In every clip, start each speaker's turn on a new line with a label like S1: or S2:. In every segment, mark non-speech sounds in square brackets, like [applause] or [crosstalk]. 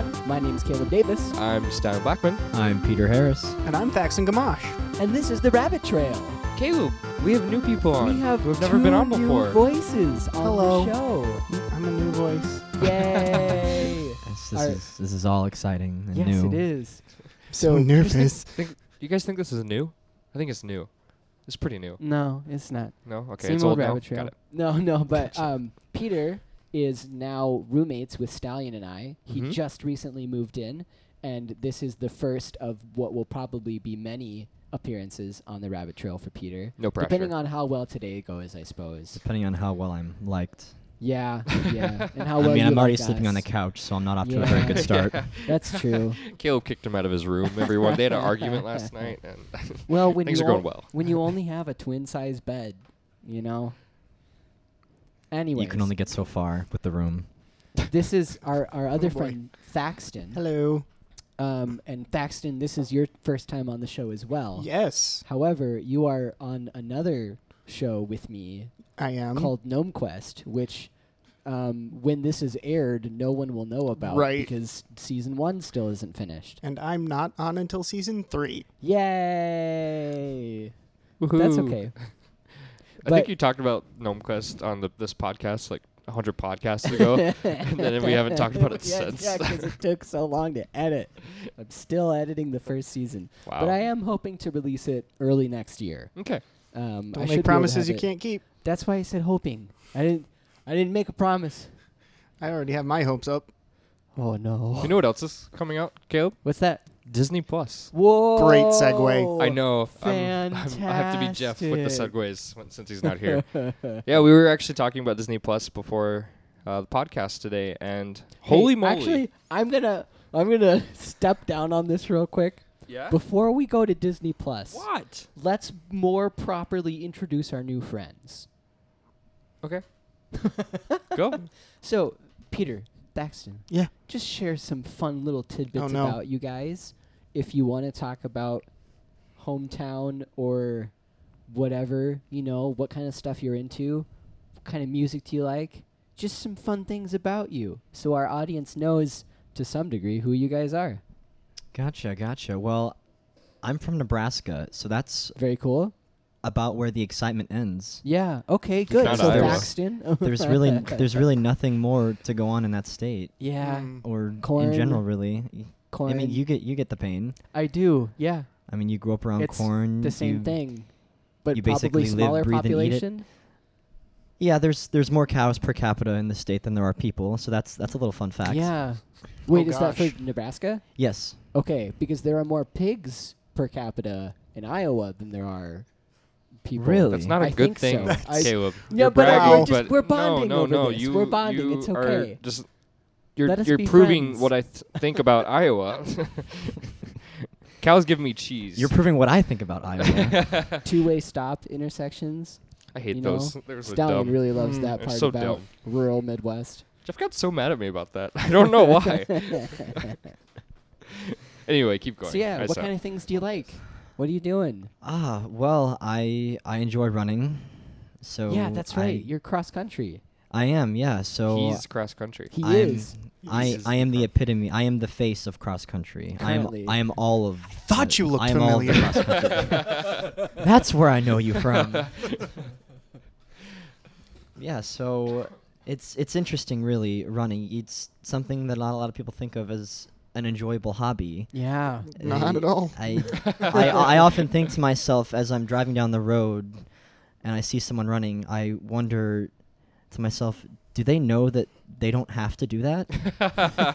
S1: name's Caleb Davis,
S2: I'm Stein Blackman.
S3: I'm Peter Harris.
S4: And I'm Thaxton Gamash.
S1: and this is the Rabbit Trail.
S2: Caleb, we have new people on.
S1: We have
S2: who've never been
S1: two
S2: on
S1: new
S2: before.
S1: voices on
S4: Hello.
S1: the [laughs] show.
S4: I'm a new voice.
S1: Yay!
S3: This,
S1: Our-
S3: is, this is all exciting and
S1: yes,
S3: new.
S1: it is.
S4: So nervous.
S2: think, do you guys think this is new? I think it's new. It's pretty new.
S1: No, it's not.
S2: No, okay,
S1: Same
S2: it's
S1: old
S2: old now.
S1: Rabbit Trail.
S2: Got it.
S1: No, [laughs] no, but um, Peter is now roommates with Stallion and I. He
S3: Mm-hmm.
S2: Mhm.
S1: just recently moved in, and this is the first of what will probably be many appearances on the Rabbit Trail for Peter.
S2: No pressure.
S1: Depending on how well today goes, I suppose.
S3: Depending on how well I'm liked. [laughs]
S1: Yeah, yeah. And how
S3: I
S1: well
S3: mean,
S1: you
S3: I'm already
S1: like
S3: sleeping on the
S1: us.
S3: couch, so I'm not off to
S1: [laughs]
S3: a very good
S1: Yeah.
S3: start.
S1: That's true.
S2: Caleb kicked him out of his room. Everyone, they had an
S1: [laughs]
S2: argument last night, and [laughs]
S1: Well, when
S2: things
S1: you
S2: are going
S1: on-
S2: well. [laughs]
S1: when you only have a twin size bed, you know. Anyway,
S3: You can only get so far with the room.
S1: this is our our other
S4: Oh, boy.
S1: friend Thaxton.
S4: [laughs] Hello.
S1: Um, and Thaxton, this is your first time on the show as well.
S4: Yes,
S1: However, you are on another show with me
S4: I am.
S1: called Gnome Quest, which. Um, when this is aired, no one will know about
S4: Right.
S1: because season one still isn't finished.
S4: And I'm not on until season three.
S1: Yay! That's
S2: Woohoo.
S1: okay.
S2: I
S1: But-
S2: think you talked about Gnome Quest on the, this podcast like 100 podcasts
S1: [laughs]
S2: [laughs] ago.
S1: and
S2: then
S1: [laughs]
S2: we haven't talked about it
S1: yeah,
S2: since.
S1: Yeah, because it took so long to edit. I'm still editing the first season,
S2: wow.
S1: but I am hoping to release it early next year.
S2: okay.
S1: Um, I
S4: Don't
S1: should be able
S4: make
S1: to
S4: promises
S1: have
S4: you
S1: it-
S4: can't keep.
S1: That's why I said hoping. I didn't. I didn't make a promise.
S4: I already have my hopes up.
S1: Oh no!
S2: You know what else is coming out, Caleb?
S1: What's that?
S2: Disney Plus.
S1: Whoa!
S4: Great segue.
S2: I know. I'm, I'm, I have to be Jeff with the
S1: Fantastic.
S2: segues when- since he's
S1: [laughs]
S2: not here. yeah, we were actually talking about Disney Plus before uh, the podcast today, and holy
S1: Hey,
S2: moly!
S1: Actually, I'm gonna I'm gonna [laughs] step down on this real quick
S2: yeah.
S1: before we go to Disney Plus.
S2: What?
S1: Let's more properly introduce our new friends.
S2: Okay. Go.
S1: So, Peter, Daxton.
S4: Yeah.
S1: Just share some fun little tidbits
S4: Oh, no.
S1: about you guys. If you want to talk about hometown or whatever, you know, what kind of stuff you're into, what kind of music do you like, just some fun things about you. So our audience knows to some degree who you guys are.
S3: Gotcha, gotcha. Well, I'm from Nebraska, so that's
S1: Very cool.
S3: about where the excitement
S1: [laughs]
S3: ends.
S1: Yeah. Okay, good.
S2: not
S1: So
S2: Iowa.
S1: Daxton.
S3: There's really, there's really nothing more to go on in that state,
S1: [laughs] Yeah.
S4: Mm.
S3: or
S1: Corn.
S3: in general, really. Y- I
S1: Corn.
S3: mean, you get, you get the pain.
S1: I do. Yeah.
S3: I mean, you grew up around
S1: It's
S3: corn.
S1: The same
S3: Mm, you-
S1: thing. But
S3: you
S1: probably
S3: basically live,
S1: smaller
S3: breathe, and eat it.
S1: population.
S3: Yeah, there's there's more cows per capita in the state than there are people, so that's that's a little fun fact.
S1: Yeah. Wait,
S4: Oh,
S1: is that
S4: gosh.
S1: for Nebraska?
S3: Yes.
S1: Okay, because there are more pigs per capita in Iowa than there are people.
S3: Really?
S2: That's not a
S1: I
S2: good
S1: think
S2: thing,
S1: so. I-
S2: [laughs] Caleb.
S1: No,
S2: You're
S1: but, uh,
S2: bragging,
S4: we're
S1: just-
S2: but
S1: we're bonding
S2: no, no,
S1: over
S2: no.
S1: this.
S2: You,
S1: We're bonding,
S2: You
S1: it's
S2: are
S1: okay.
S2: Just you're
S1: Let us
S2: you're
S1: be
S2: proving
S1: friends.
S2: what I th-
S1: [laughs]
S2: think
S3: [laughs]
S2: about Iowa. [laughs] Cows give me cheese.
S3: You're proving what I think
S2: [laughs]
S3: about Iowa.
S1: Two-way stop intersections.
S2: I hate
S1: you know,
S2: those. They were so
S1: Stallion
S2: dumb.
S1: really loves
S4: Mm,
S1: that
S2: they're
S1: part
S2: so
S1: about
S2: dumb.
S1: rural Midwest.
S2: Jeff got so mad at me about that. [laughs] I don't know
S3: [laughs]
S2: why. anyway, keep going.
S1: so yeah,
S2: I
S1: what
S2: suck.
S1: kind of things do you like? What are you doing?
S3: ah, well, I I enjoy running. So
S1: yeah, that's right.
S3: I,
S1: You're cross country.
S3: I am, yeah. So
S2: He's cross country.
S1: He
S3: I'm,
S1: is.
S3: I,
S2: Jesus
S3: I am the epitome. I am the face of cross country. I am
S1: Currently.
S3: I am all of I
S4: thought you looked
S3: I am all of the
S4: familiar.
S3: cross
S2: [laughs]
S3: country. That's where I know you from. yeah, so it's it's interesting really running. It's something that not a lot of people think of as an enjoyable hobby.
S1: Yeah.
S4: Not
S3: I-
S4: at all.
S2: [laughs]
S3: I, I, I often think to myself as I'm driving down the road and I see someone running, I wonder to myself, do they know that they don't have to do that?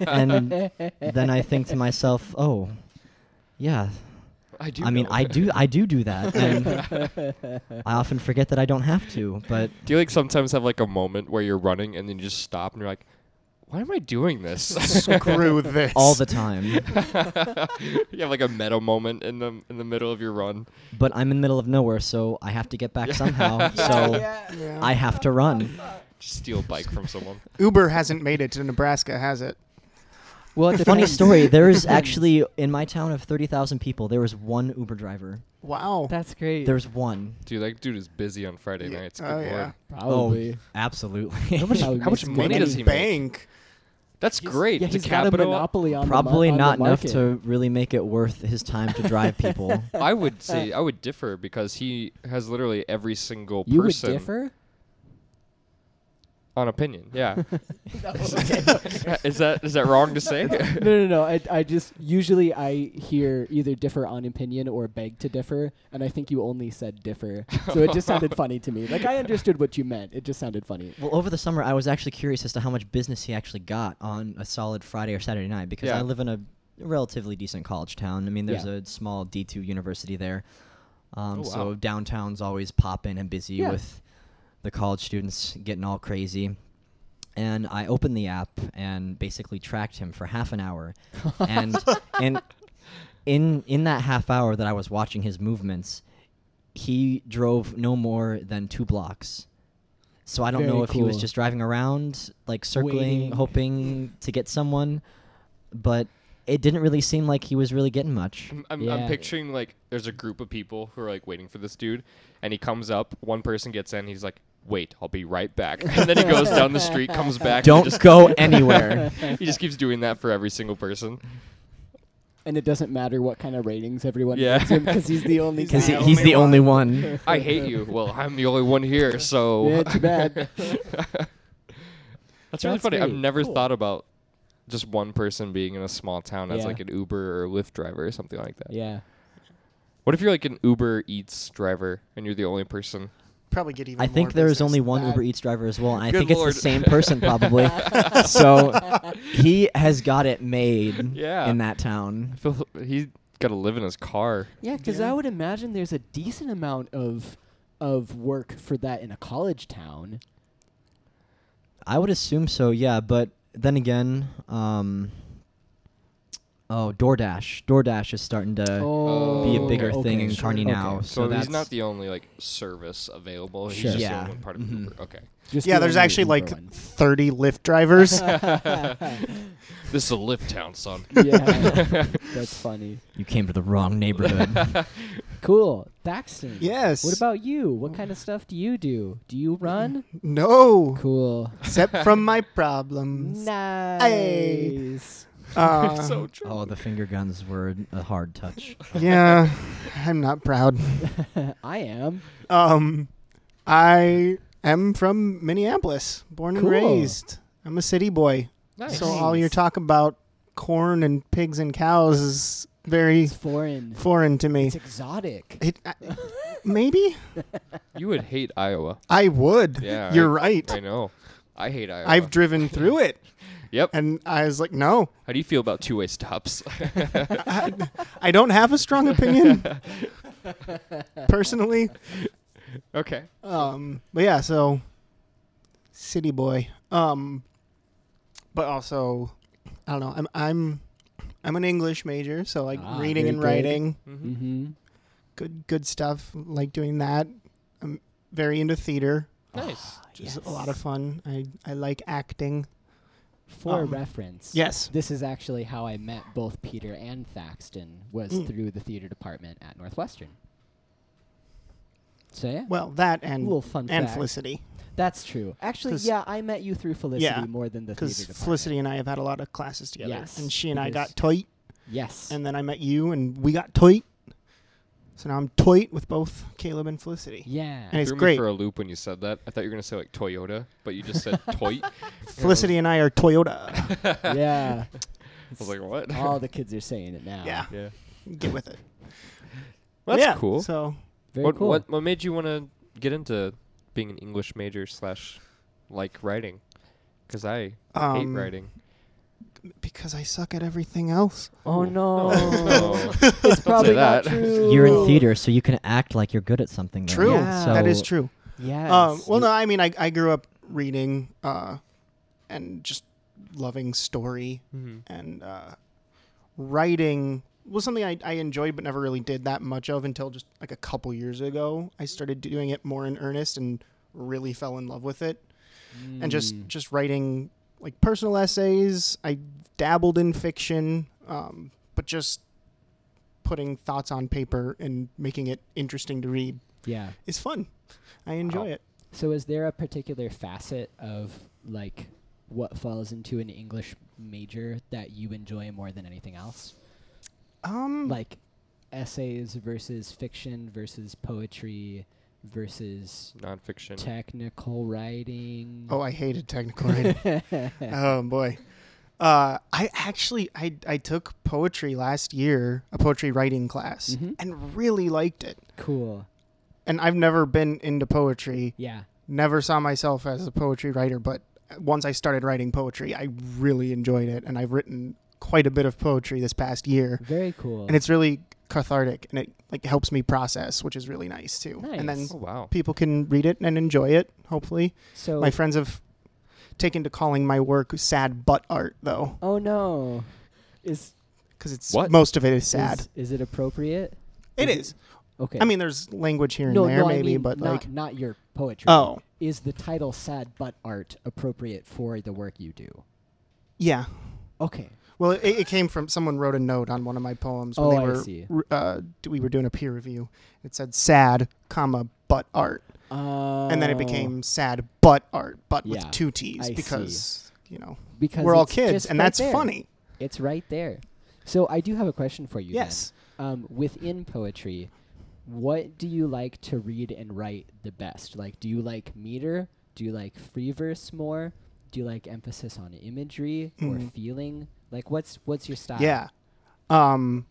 S3: and then I think to myself, oh, yeah.
S2: I do.
S3: I mean,
S2: know.
S3: I do, I do do that,
S1: [laughs]
S3: and I often forget that I don't have to. But
S2: Do you like sometimes have like a moment where you're running and then you just stop and you're like, why am I doing
S3: [laughs]
S2: this? [laughs]
S4: Screw this.
S3: all the time.
S2: you have like a meta moment in the in the middle of your run.
S3: But I'm in the middle of nowhere, so I have to get
S1: [laughs]
S3: back somehow. So
S4: [laughs] Yeah.
S3: I have to run.
S2: Just steal a bike from someone.
S4: Uber hasn't made it to Nebraska, has it?
S1: Well, it
S3: Funny
S1: depends.
S3: story.
S1: [laughs]
S3: There is actually in my town of thirty thousand people, there was one Uber driver.
S4: Wow.
S1: That's great.
S3: There was one.
S2: Dude, that dude is busy on Friday
S4: Yeah.
S2: nights.
S4: Oh,
S2: Good
S4: yeah.
S2: lord.
S1: probably.
S3: absolutely. [laughs]
S2: How much,
S1: Probably
S2: how much
S1: makes
S2: money
S1: good
S2: does
S4: And
S2: he make?
S4: bank.
S2: That's great.
S1: Yeah,
S2: to
S1: he's got a
S2: capital-
S1: monopoly on the mar-
S3: Probably
S1: on the
S3: not enough
S1: market.
S3: to really make it worth his time to drive people.
S2: I
S1: [laughs]
S2: would say I would differ because he has literally every single
S1: You would
S2: person
S1: [laughs] differ.
S2: on opinion.
S1: [laughs]
S2: Yeah. [laughs] is that is that wrong to say? [laughs]
S1: no, no, no. I, I just usually I hear either differ on opinion or beg to differ, and I think you only said differ, so it just [laughs] sounded funny to me. Like I understood what you meant. It just sounded funny.
S3: Well, over the summer, I was actually curious as to how much business he actually got on a solid Friday or Saturday night because
S2: Yeah.
S3: I live in a relatively decent college town. I mean, there's
S1: Yeah.
S3: a small D2 university there. Um,
S2: Oh, wow.
S3: So downtown's always popping and busy
S1: Yeah.
S3: with the college students getting all crazy. And I opened the app and basically tracked him for half
S2: [laughs]
S3: an hour. and and in in that half hour that I was watching his movements, he drove no more than two blocks. So I don't
S1: Very
S3: know if he was
S1: cool.
S3: just driving around, like circling,
S1: Waiting.
S3: hoping to get someone, but it didn't really seem like he was really getting much.
S2: I'm, I'm, I'm
S1: Yeah.
S2: picturing like there's a group of people who are like waiting for this dude, and he comes up. One person gets in. He's like, "Wait, I'll be right back." And then he goes down the street, comes back. and
S3: [laughs] Don't
S2: just-
S4: [laughs]
S3: go
S1: [laughs]
S3: anywhere.
S2: [laughs] he just keeps doing that for every single person.
S1: And it doesn't matter what kind of ratings everyone
S2: Yeah.
S1: gives him because [laughs] he's the only.
S3: Because
S4: He's
S3: he,
S1: guy.
S4: the
S3: he's
S4: only
S3: the only one.
S4: [laughs]
S2: I hate you.
S1: [laughs]
S2: Well, I'm the only one here, so
S1: Yeah, too
S2: [laughs]
S1: bad.
S2: That's really
S1: That's
S2: funny. I've
S1: great.
S2: never
S1: Cool.
S2: thought about just one person being in a small town as
S1: Yeah.
S2: like an Uber or Lyft driver or something like that.
S1: Yeah.
S2: What if you're like an Uber Eats driver and you're the only person?
S4: [laughs] Probably get even
S3: I think
S4: more
S3: there is
S4: business
S3: only
S4: than
S3: one
S4: that.
S3: Uber Eats driver as well, and I
S2: Good
S3: think
S2: lord.
S3: it's the same person
S4: [laughs]
S3: probably. so he has got it made
S2: Yeah.
S3: in that town.
S2: I feel he's got to live in his car.
S1: Yeah, because
S4: Yeah.
S1: I would imagine there's a decent amount of of work for that in a college town.
S3: I would assume so, yeah. But then again, um, oh, DoorDash, DoorDash is starting to
S1: Oh.
S3: be a bigger
S1: okay,
S3: thing in
S1: sure.
S3: Kearney
S1: Okay.
S2: So,
S3: now. So, that's
S2: he's not the only like service available. He's
S1: Sure. Mm-hmm.
S2: just
S3: Yeah.
S2: the only part of
S3: Mhm.
S2: Uber. Okay.
S1: Just
S4: Yeah,
S1: the
S4: there's
S1: only
S4: actually
S1: Uber
S4: like
S1: one.
S4: 30 Lyft drivers.
S2: This is a Lyft town, son.
S1: [laughs] yeah, that's funny.
S3: you came to the wrong neighborhood.
S1: [laughs]
S3: [laughs]
S1: Cool, Daxton.
S4: yes.
S1: What about you? What kind of stuff do you do? Do you run?
S4: No.
S1: Cool.
S4: Except from my problems.
S1: Nice.
S2: [laughs]
S4: Uh,
S1: Uh-huh.
S2: so true.
S3: oh, the finger guns were a hard touch.
S4: yeah, I'm not proud.
S1: [laughs] I am.
S4: Um, I am from Minneapolis, born
S1: Cool.
S4: and raised. I'm a city boy.
S2: Nice.
S4: So all
S1: Nice.
S4: your talk about corn and pigs and cows is very
S1: It's foreign.
S4: foreign to me.
S1: It's exotic.
S4: It, I, maybe
S2: you would hate Iowa.
S4: I would.
S2: Yeah,
S4: You're
S2: I-
S4: right.
S2: I know. I hate Iowa.
S4: I've driven through it,
S2: yep.
S4: and I was like, no,
S2: How do you feel about two-way stops? [laughs]
S4: I don't have a
S2: [laughs]
S4: strong opinion personally.
S2: okay.
S4: Um, but yeah, so city boy. Um, but also, I don't know. I'm I'm I'm an English major, so like
S1: Ah,
S4: reading
S1: very
S4: and
S1: good.
S4: writing,
S2: Mm-hmm.
S1: Mm-hmm.
S4: good good stuff. Like doing that. I'm very into theater,
S2: Nice.
S4: which is a lot of fun. I I like acting.
S1: For
S4: um,
S1: reference,
S4: Yes.
S1: this is actually how I met both Peter and Thaxton was
S4: Mm.
S1: through the theater department at Northwestern. So yeah,
S4: Well, that
S1: a
S4: and
S1: little fun
S4: and
S1: fact.
S4: Felicity,
S1: That's true. Actually,
S4: 'Cause-
S1: yeah, I met you through Felicity
S4: Yeah,
S1: more than the theater
S4: because
S1: department.
S4: Felicity and I have had a lot of classes together,
S1: Yes,
S4: and she and I
S1: because-
S4: got tight.
S1: Yes.
S4: And then I met you, and we got toit. So now I'm toit with both Caleb and Felicity.
S1: yeah.
S4: And it's
S2: Threw me
S4: great.
S2: for a loop when you said that. I thought you were gonna say like Toyota, but you just said toy. I
S4: Felicity and I are Toyota.
S2: [laughs]
S1: yeah.
S2: was like, what?
S1: All the kids are saying it now.
S4: yeah,
S2: yeah.
S4: get with it.
S2: Well, that's
S4: Yeah,
S2: cool.
S4: So
S1: Very
S2: what,
S1: cool.
S2: what what made you want to get into being an English major slash like writing? Because I hate
S4: um,
S2: writing.
S4: because I suck at everything else.
S1: Oh
S2: Ooh.
S1: no.
S4: Oh.
S2: No.
S1: [laughs] it's probably not
S2: that.
S1: true.
S3: [laughs] You're in theater, so you can act like you're good at something. though.
S4: True,
S1: Yeah.
S3: So
S4: [laughs] that is true.
S1: Yes.
S4: [laughs] Um, well, no, I mean I, I grew up reading uh, and just loving story
S2: Mhm.
S4: and uh, writing was something I, I enjoyed but never really did that much of until just like a couple years ago. I started doing it more in earnest and really fell in love with it. and just
S1: Mm.
S4: just writing like personal essays. I dabbled in fiction, um, but just putting thoughts on paper and making it interesting to read
S1: yeah.
S4: is fun. I enjoy
S2: Wow.
S4: it.
S1: So is there a particular facet of like what falls into an English major that you enjoy more than anything else?
S4: Um,
S1: Like essays versus fiction versus poetry versus
S2: Nonfiction.
S1: technical writing.
S4: oh, I [laughs]
S1: [laughs]
S4: hated technical writing. oh boy. Uh, I actually I, I took poetry last year, a poetry writing class,
S1: Mhm.
S4: and really liked it.
S1: [laughs] cool.
S4: And I've never been into poetry,
S1: Yeah.
S4: never saw myself as a poetry writer, but once I started writing poetry, I really enjoyed it, and I've written quite a bit of poetry this past year,
S1: Very cool.
S4: and it's really cathartic, and it like helps me process, which is really nice too. And then
S1: Nice.
S2: Oh wow.
S4: people can read it and enjoy it, hopefully.
S1: so
S4: My friends have taken to calling my work sad butt art, though.
S1: Oh no. Is
S4: because it's
S2: What?
S4: most of it is sad.
S1: Is, is it appropriate?
S4: it
S1: is-
S4: is.
S1: Okay.
S4: I mean, there's language here and
S1: no,
S4: there,
S1: no,
S4: maybe,
S1: I mean,
S4: but
S1: not,
S4: like,
S1: not your poetry.
S4: oh
S1: is the title "Sad Butt Art" appropriate for the work you do?
S4: yeah.
S1: Okay.
S4: Well, it, it came from someone wrote a note on one of my poems when
S1: Oh,
S4: they
S1: I
S4: were
S1: see.
S4: r- uh, d- we were doing a peer review. It said sad, comma butt art,
S1: Uh,
S4: and then it became sad butt art, but
S1: Yeah,
S4: with two T's
S1: I see.
S4: because you know
S1: Oh, because
S4: we're all
S1: it's
S4: kids,
S1: just
S4: and
S1: right
S4: that's
S1: there.
S4: funny.
S1: It's right there. So I do have a question for you. then.
S4: yes.
S1: Um, within poetry, what do you like to read and write the best? Like, do you like meter? Do you like free verse more? Do you like emphasis on imagery or
S4: Mhm.
S1: feeling? Like, what's what's your style?
S4: Yeah. Um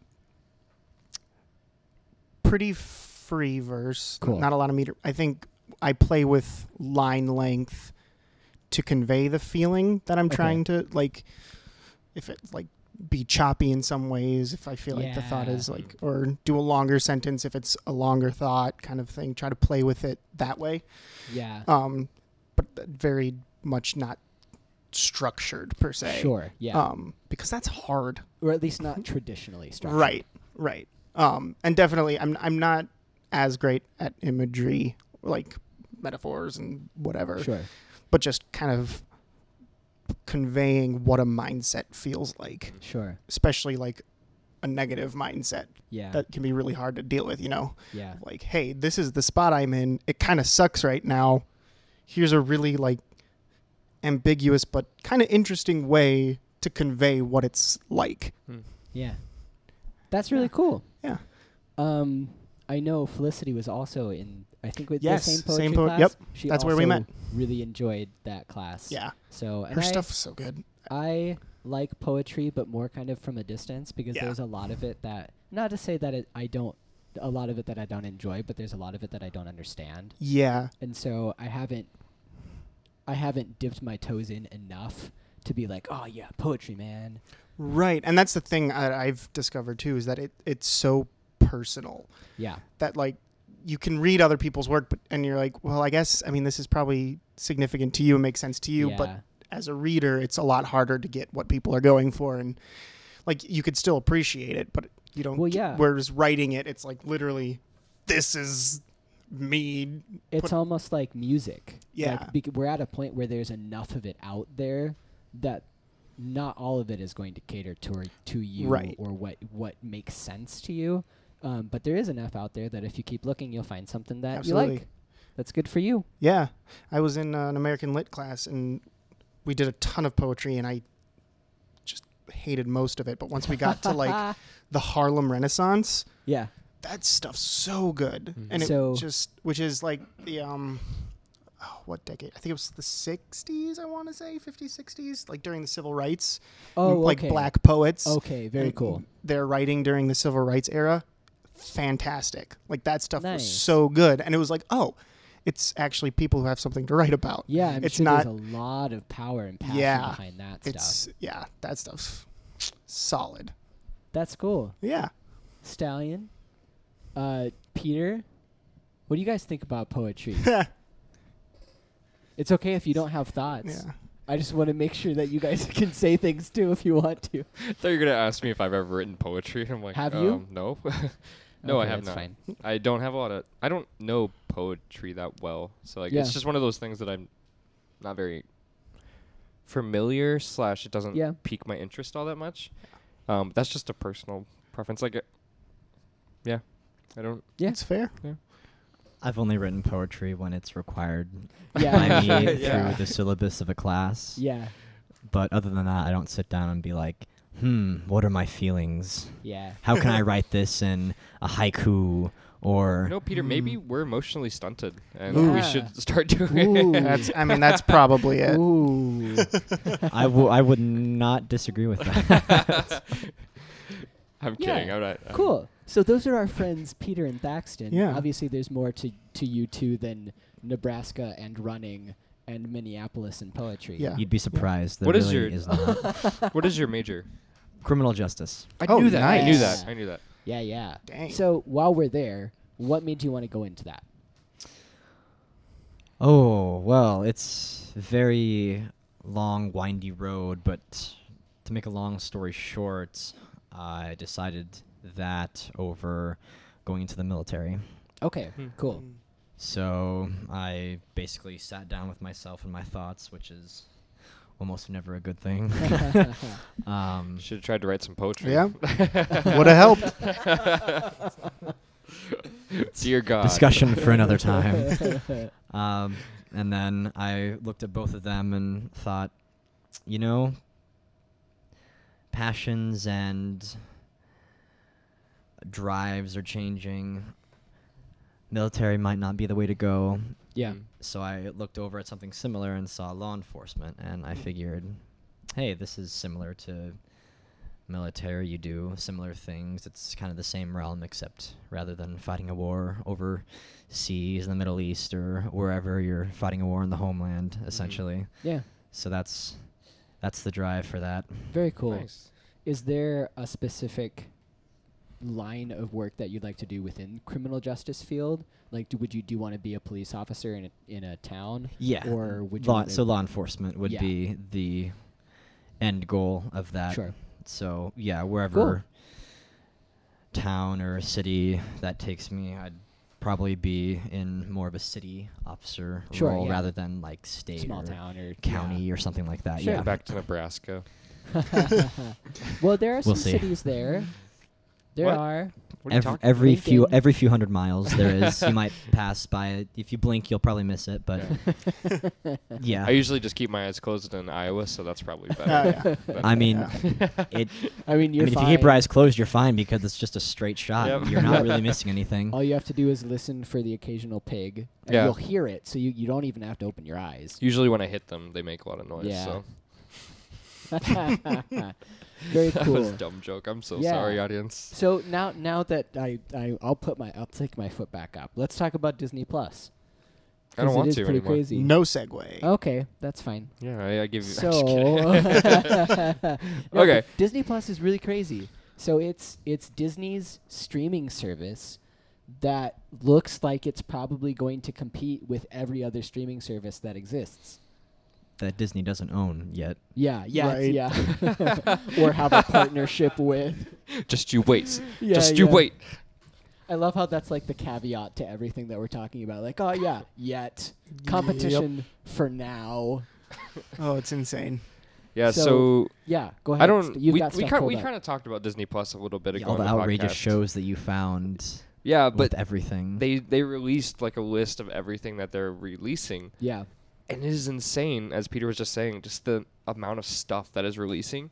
S4: pretty free verse.
S1: Cool.
S4: Not a lot of meter. I think I play with line length to convey the feeling that I'm
S1: Okay.
S4: trying to like if it's like be choppy in some ways if I feel like the thought
S1: Yeah.
S4: is like or do a longer sentence if it's a longer thought kind of thing. Try to play with it that way.
S1: Yeah.
S4: Um but th- very much not structured per se.
S1: Sure. Yeah.
S4: Um because that's hard.
S1: or at least not traditionally structured.
S4: Right, right. Um, and definitely, I'm I'm not as great at imagery, like metaphors and whatever,
S1: Sure.
S4: but just kind of conveying what a mindset feels like,
S1: Sure.
S4: especially like a negative mindset
S1: Yeah.
S4: that can be really hard to deal with. You know,
S1: yeah.
S4: like, hey, this is the spot I'm in. It kind of sucks right now. Here's a really like ambiguous but kind of interesting way to convey what it's like.
S1: Yeah. That's
S4: Yeah.
S1: really cool.
S4: Yeah.
S1: Um, I know Felicity was also in. I think with
S4: Yes,
S1: the same poetry
S4: same po-
S1: class.
S4: yep,
S1: She
S4: that's where we
S1: also
S4: met.
S1: Really enjoyed that class.
S4: Yeah,
S1: So and
S4: her
S1: I,
S4: stuff is so good.
S1: I like poetry, but more kind of from a distance because
S4: Yeah.
S1: there's a lot of it that not to say that it, I don't a lot of it that I don't enjoy, but there's a lot of it that I don't understand,
S4: Yeah,
S1: and so I haven't I haven't dipped my toes in enough to be like, oh yeah, poetry, man.
S4: Right, and that's the thing that I've discovered too is that it it's so personal
S1: Yeah.
S4: that like you can read other people's work, but and you're like, well, I guess I mean this is probably significant to you and makes sense to you, but
S1: Yeah.
S4: as a reader, it's a lot harder to get what people are going for, and like you could still appreciate it, but you don't.
S1: Well,
S4: get-
S1: yeah.
S4: Whereas writing it, it's like literally, this is me.
S1: it's
S4: put-
S1: almost like music.
S4: Yeah.
S1: Like, bec- we're at a point where there's enough of it out there that not all of it is going to cater to to you
S4: Right.
S1: or what what makes sense to you. Um, but there is enough out there that if you keep looking, you'll find something that you
S4: Absolutely.
S1: like. That's good for you.
S4: Yeah, I was in uh, an American Lit class, and we did a ton of poetry, and I just hated most of it. But once we got to like
S1: [laughs]
S4: the Harlem Renaissance.
S1: yeah.
S4: That stuff's so good,
S2: Mhm.
S4: and it
S1: So-
S4: just which is like the um, oh, what decade? I think it was the '60s. I want to say 50s, 60s, like during the civil rights,
S1: Oh,
S4: like
S1: okay. Oh,
S4: black poets.
S1: Okay, very
S4: and
S1: cool.
S4: Their writing during the civil rights era, fantastic. Like that stuff
S1: Nice.
S4: was so good, and it was like, oh, it's actually people who have something to write about.
S1: Yeah, I'm
S4: it's
S1: sure
S4: not.
S1: there's a lot of power and passion
S4: Yeah,
S1: behind that stuff.
S4: it's yeah, that stuff's solid.
S1: That's cool.
S4: Yeah.
S1: Stallion, uh, Peter, what do you guys think about poetry?
S4: [laughs]
S1: it's okay if you don't have thoughts.
S4: yeah.
S1: I just want to make sure that you guys [laughs] can say things too if you want to.
S2: I thought you were gonna ask me if I've ever written poetry. [laughs] I'm like,
S1: Have
S2: um,
S1: you?
S2: No, [laughs] no, I
S1: Okay,
S2: have
S1: that's
S2: not.
S1: fine.
S2: I don't have a lot of. I don't know poetry that well, so like
S1: Yeah.
S2: it's just one of those things that I'm not very familiar. Slash, it doesn't
S1: Yeah.
S2: pique my interest all that much. Um, that's just a personal preference. Like, it, yeah, I don't.
S1: Yeah.
S4: It's fair.
S3: I've only written poetry when it's required
S1: [laughs] Yeah,
S3: by
S1: [laughs]
S3: me
S1: yeah,
S2: yeah.
S3: through the syllabus of a class.
S1: Yeah.
S3: But other than that, I don't sit down and be like, hmm, what are my feelings?
S1: Yeah.
S3: How
S1: [laughs]
S3: can I write this in a haiku or
S2: You know, Peter, maybe we're emotionally stunted, and
S1: Ooh.
S2: we
S1: Hmm. Yeah.
S2: should start [laughs] doing
S1: Ooh. [laughs]
S2: it.
S4: That's I mean that's probably it. [laughs]
S1: Ooh.
S3: I, w- I would not disagree with
S2: [laughs]
S3: that.
S2: I'm
S1: Yeah.
S2: kidding. I'm not. uh, I'm-
S1: cool. So those are our friends Peter and Thaxton.
S4: Yeah.
S1: Obviously, there's more to to you two than Nebraska and running and Minneapolis and poetry.
S4: Yeah.
S3: You'd be surprised. There
S2: What is
S3: really
S2: your- [laughs]
S3: is not.
S2: What is your major?
S1: [laughs]
S3: criminal justice?
S2: I
S4: Oh,
S2: knew that. I knew
S1: nice.
S2: that. I knew that.
S1: Yeah. Yeah.
S4: Dang.
S1: So while we're there, what made you want to go into that?
S3: Oh well, it's very long, windy road. But to make a long story short, I decided that over going into the military.
S1: Okay.
S2: Hmm.
S1: Cool.
S3: So I basically sat down with myself and my thoughts, which is almost never a
S2: [laughs]
S3: good [laughs] thing. um,
S2: Should have tried to write some poetry. [laughs]
S4: Yeah. Would have helped.
S2: Dear God.
S3: discussion for another time. um, and then I looked at both of them and thought, you know, passions and drives are changing. Military might not be the way to go.
S1: [laughs] yeah.
S2: Mm.
S3: So I looked over at something similar and saw law enforcement, and
S1: Hmm.
S3: I figured, hey, this is similar to military. You do similar things. It's kind of the same realm, except rather than fighting a war overseas in the Middle East or wherever, you're fighting a war in the homeland, essentially.
S1: Hmm. Yeah.
S3: So that's that's the drive for that.
S1: Very cool.
S2: Nice.
S1: Is there a specific line of work that you'd like to do within criminal justice field? Like, do, would you do you want to be a police officer in a, in a town?
S3: Yeah.
S1: Or would you
S3: law,
S1: rather-
S3: so law enforcement would
S1: Yeah.
S3: be the end goal of that.
S1: Sure.
S3: So yeah, wherever town or city that takes me, I'd probably be in more of a city officer
S1: Sure,
S3: role
S1: yeah.
S3: rather than like state
S1: small
S3: or
S1: town or
S3: county or something like that.
S1: Sure.
S3: Yeah.
S2: Back to Nebraska.
S1: Yeah. [laughs] well, there are some
S3: We'll see.
S1: cities there. There
S2: What? [laughs]
S1: are.
S2: What are you
S3: Ev-
S2: talking?
S3: every few
S1: Lincoln.
S3: every few hundred miles
S1: [laughs]
S3: there is you might pass by it. If you blink, you'll probably miss it. But [laughs] yeah,
S2: I usually just keep my eyes closed in Iowa, so that's
S4: [laughs]
S2: probably better.
S4: yeah.
S2: But-
S3: I mean, it.
S1: [laughs] I mean,
S3: I
S1: you're
S3: mean, if you
S1: fine.
S3: keep your eyes closed, you're fine because it's just a straight shot.
S2: Yep.
S3: You're
S2: [laughs]
S3: not really missing anything.
S1: All you have to do is listen for the occasional pig, and
S2: Yeah.
S1: you'll hear it. So you, you don't even have to open your eyes.
S2: usually when I hit them, they make a lot of noise.
S1: Yeah. [laughs]
S2: So [laughs]
S1: Very
S2: that was
S1: cool.
S2: a dumb joke. I'm so
S1: Yeah.
S2: sorry, audience.
S1: So now now that I, I I'll put my I'll take my foot back up. Let's talk about Disney Plus.
S2: I don't
S1: 'cause
S2: want
S1: it is
S2: to
S1: pretty
S2: anymore.
S1: crazy.
S4: No segue.
S1: Okay, that's fine.
S2: Yeah, I, I give you. [laughs]
S1: So
S2: I'm just kidding.
S1: [laughs] No,
S2: Okay.
S1: but Disney Plus is really crazy. So it's it's Disney's streaming service that looks like it's probably going to compete with every other streaming service that exists.
S3: that Disney doesn't own yet.
S1: Yeah, yeah, it's-
S4: Right. [laughs]
S1: yeah. [laughs] or have a partnership with.
S2: just you wait.
S1: [laughs] Yeah,
S2: just you
S1: yeah.
S2: wait.
S1: I love how that's like the caveat to everything that we're talking about. Like, oh yeah, yet competition for now.
S4: Oh, it's insane.
S2: Yeah.
S1: So,
S2: so
S1: Yeah, go ahead.
S2: I don't.
S1: Stu- You've
S2: we
S1: got
S2: we
S1: stuff
S2: kind
S1: pulled
S2: we
S1: up.
S2: kind of talked about Disney Plus a little bit ago.
S3: all
S2: on
S3: the
S2: the
S3: outrageous
S2: podcast.
S3: shows that you found
S2: Yeah,
S3: with
S2: but
S3: everything.
S2: they they released like a list of everything that they're releasing,
S1: yeah,
S2: and it is insane. As Peter was just saying, just the amount of stuff that is releasing.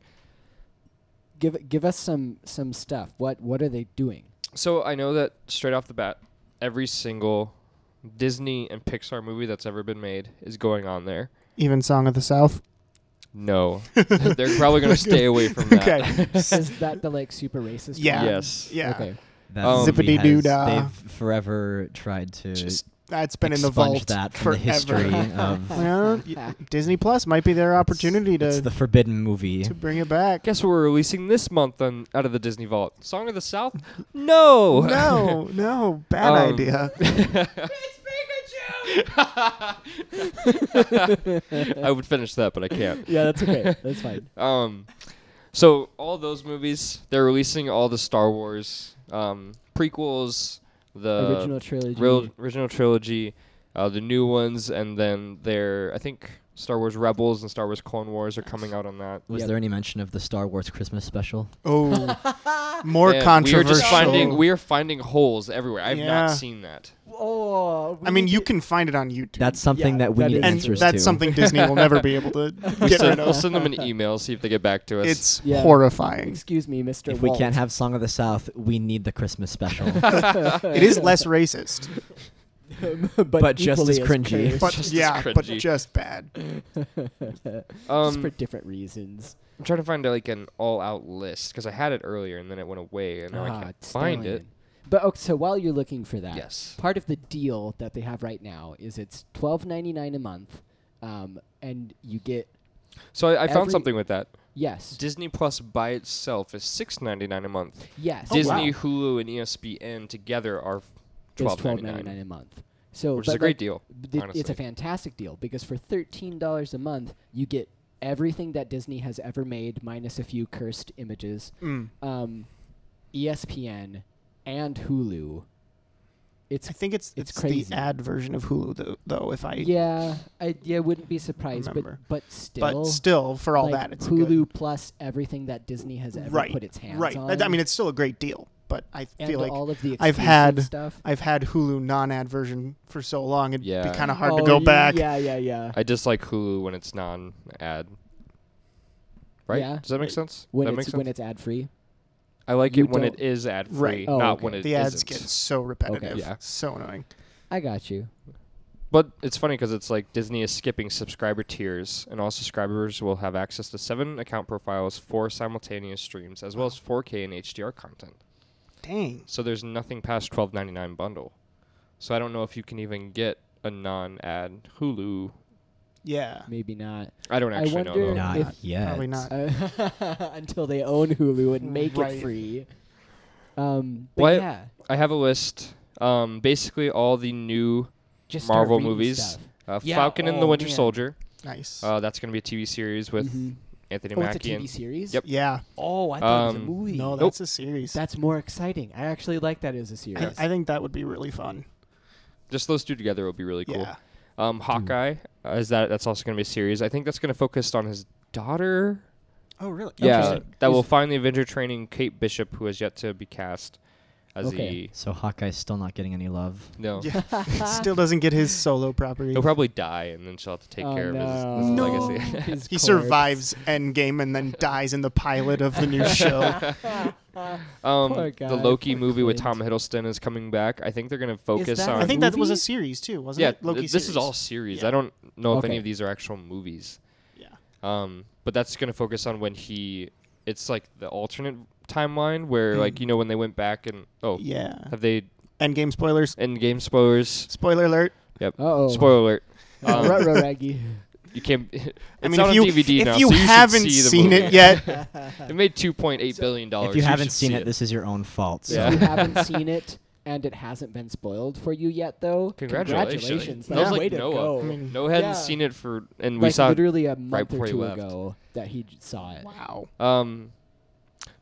S1: give give us some some stuff. What what are they doing?
S2: So I know that straight off the bat, every single Disney and Pixar movie that's ever been made is going on there.
S4: Even Song of the South. [laughs]
S2: No, they're probably going to stay away from that.
S4: Okay.
S1: [laughs] Is that the like super racist?
S4: Yeah.
S1: one?
S2: Yes.
S4: Yeah.
S1: Okay.
S3: that
S2: Um,
S3: movie has-
S4: Zippity-doo-dah.
S3: They've forever tried to
S4: Just that's been in the
S3: expunge
S4: vault
S3: that from
S4: forever.
S3: the history of.
S1: [laughs]
S4: Well, y- [laughs] Disney Plus might be their opportunity
S3: It's
S4: to
S3: the forbidden movie.
S4: to bring it back.
S2: Guess what we're releasing this month on out of the Disney Vault? Song of the
S4: [laughs]
S2: South? No. [laughs]
S4: No, no, bad
S2: Um,
S4: idea.
S2: [laughs] I would finish that, but I can't.
S1: Yeah, that's okay. That's
S2: [laughs]
S1: fine.
S2: Um, so all those movies, they're releasing all the Star Wars um, prequels, the
S1: Original trilogy.
S2: real- original trilogy, uh, the new ones, and then they're I think Star Wars Rebels and Star Wars Clone Wars are coming out on that.
S3: Was
S1: Yep.
S3: there any mention of the Star Wars Christmas special?
S2: [laughs]
S4: Oh, more
S2: Man,
S4: controversial.
S2: We are just finding we are finding holes everywhere. I've
S4: Yeah.
S2: not seen that.
S1: Oh,
S4: I mean, you can find it on YouTube.
S3: That's something
S1: Yeah,
S3: that we
S1: that
S3: need
S1: is-
S4: and
S3: answers
S4: that's
S3: to.
S4: something Disney will never be able
S1: [laughs]
S2: We'll
S4: to get rid
S2: send, we'll
S4: of.
S2: send them an email, see if they get back to us.
S4: It's
S1: Yeah.
S4: horrifying.
S1: excuse me, Mr.
S3: If we
S1: Walt.
S3: can't have Song of the South, we need the Christmas
S1: [laughs]
S3: special.
S4: It is less
S2: [laughs]
S4: racist,
S1: but,
S3: but just
S1: equally
S3: as cringy.
S1: cursed.
S4: but
S2: just as
S4: yeah, but
S2: cringy.
S4: just bad.
S1: [laughs] just for
S2: um,
S1: different reasons.
S2: I'm trying to find like an all-out list because I had it earlier and then it went away and now I
S1: Ah,
S2: can't find it.
S1: stallion. But okay, so while you're looking for that,
S2: Yes.
S1: part of the deal that they have right now is it's twelve ninety nine a month, um, and you get
S2: So I, I found
S1: Every-
S2: something with that.
S1: yes,
S2: Disney Plus by itself is six ninety nine a month.
S1: yes,
S2: Disney,
S1: Oh, wow.
S2: Hulu, and E ESPN together are
S1: is
S2: twelve
S1: twelve ninety
S2: ninety
S1: nine
S2: nine,
S1: a month. So
S2: which is
S1: but
S2: a great
S1: like,
S2: deal.
S1: th- it's
S2: honestly.
S1: a fantastic deal because for thirteen dollars a month, you get everything that Disney has ever made, minus a few cursed images.
S4: Mm.
S1: Um, ESPN and Hulu. It's
S4: I think it's
S1: It's
S4: it's,
S1: crazy.
S4: the ad version of Hulu though. though if I
S1: yeah, I yeah wouldn't be surprised,
S4: remember.
S1: but but still,
S4: but still for all
S1: like,
S4: that it's a
S1: Hulu
S4: good-
S1: plus everything that Disney has ever
S4: right
S1: put its hands
S4: right.
S1: on.
S4: I mean it's still a great deal, but I
S1: and
S4: feel like
S1: all of the
S4: I've
S1: exclusive
S4: had-
S1: stuff.
S4: I've had Hulu non-ad version for so long, it'd
S2: Yeah.
S4: be kind of hard to
S1: Oh,
S4: go
S1: y-
S4: back.
S1: Yeah, yeah, yeah.
S2: I dislike Hulu when it's non ad. Right?
S1: Yeah.
S2: Does that make sense?
S1: when
S2: that
S1: it's
S2: makes sense.
S1: when it's ad free.
S2: I like
S1: you
S2: it when
S1: don't-
S2: it is ad free,
S4: Right.
S1: Oh,
S2: not when
S1: okay.
S2: it
S4: The ads
S2: isn't.
S4: get so repetitive,
S2: Yeah.
S4: so annoying.
S1: I got you.
S2: But it's funny because it's like Disney is skipping subscriber tiers, and all subscribers will have access to seven account profiles, four simultaneous streams, as well as 4K and HDR content.
S4: Dang.
S2: So there's nothing past 12.99 bundle. So I don't know if you can even get a non-ad Hulu.
S4: Yeah.
S1: Maybe not.
S2: I don't
S1: I
S2: actually know.
S1: wonder-
S2: though.
S3: Not
S1: If-
S3: yet.
S4: Probably not.
S1: Uh, [laughs] until they own Hulu and make it
S4: Right.
S1: free. Um, but
S2: What?
S1: yeah,
S2: I have a list. Um, basically, all the new
S1: just start
S2: Marvel
S1: reading
S2: movies.
S1: stuff.
S2: Uh,
S4: Yeah,
S2: Falcon and the
S4: oh,
S2: Winter
S4: man.
S2: Soldier.
S4: Nice.
S2: Uh, that's going to be a TV series with
S1: Mhm.
S2: Anthony
S1: Oh, it's a
S2: Mackie.
S1: TV
S2: and
S1: series.
S2: Yep.
S4: yeah.
S1: Oh, I thought it was a
S2: Um,
S1: movie.
S4: No,
S2: Nope.
S4: that's a series.
S1: that's more exciting. I actually like that as a series.
S4: I, I think that would be really fun.
S2: just those two together will be really cool.
S4: Yeah.
S1: Hmm.
S2: Um, Hawkeye uh, is that? That's also going to be a series. I think that's going to focus on his daughter.
S4: Oh, really?
S2: Yeah, that will
S1: Is-
S2: find the Avenger training Kate Bishop, who has yet to be cast as
S1: Okay.
S3: So Hawkeye's still not getting any love.
S2: the no.
S4: Still doesn't get his solo property.
S2: He'll probably die, and then she'll have to take
S1: Oh,
S2: care of his, his
S4: no.
S2: [laughs]
S1: [laughs]
S2: legacy.
S1: His
S4: he
S1: corpse.
S4: survives Endgame and then dies in the pilot of
S2: [laughs]
S4: the new show.
S2: um,
S1: Poor guy,
S2: the Loki
S1: poor
S2: movie with
S1: Clint.
S2: Tom Hiddleston is coming back. I think they're going to focus
S1: that-
S2: on.
S4: I think that was
S1: Movie?
S4: a series too, wasn't
S2: yeah,
S4: it? Loki
S2: th- this
S4: series.
S2: is all series.
S4: Yeah.
S2: I don't know if
S1: Okay.
S2: any of these are actual movies.
S4: Yeah.
S2: Um, but that's going to focus on when he. It's like the alternate timeline
S1: Hmm.
S2: where, like, you know, when they went back and oh,
S4: Yeah.
S2: have they
S4: Endgame spoilers.
S2: end game spoilers?
S4: Spoiler alert.
S2: Yep.
S1: Uh-oh.
S2: Spoiler alert. Um,
S1: Ruh-roh,
S2: [laughs]
S1: Raggy.
S2: you can't. It's
S4: I mean,
S2: not
S4: if you
S2: on DVD
S4: if
S2: now,
S4: you
S2: so should
S4: haven't
S2: see the
S4: seen
S2: movie. [laughs]
S4: it yet,
S2: it made two point eight billion dollars.
S3: If you, haven't
S2: should
S3: seen
S2: see
S3: it, this is your own fault. So
S1: If you
S2: Yeah. [laughs]
S1: haven't seen it and it hasn't been spoiled for you yet, though,
S2: Congratulations.
S1: congratulations.
S2: That
S1: That's
S4: was
S1: way
S2: like
S1: to
S2: Noah.
S1: go.
S4: I mean,
S2: no, hadn't
S1: Yeah.
S2: seen it for, and we
S1: like
S2: saw.
S1: literally a month
S2: before
S1: or
S2: he
S1: two
S2: left.
S1: ago that he j- saw it.
S4: wow.
S2: Um,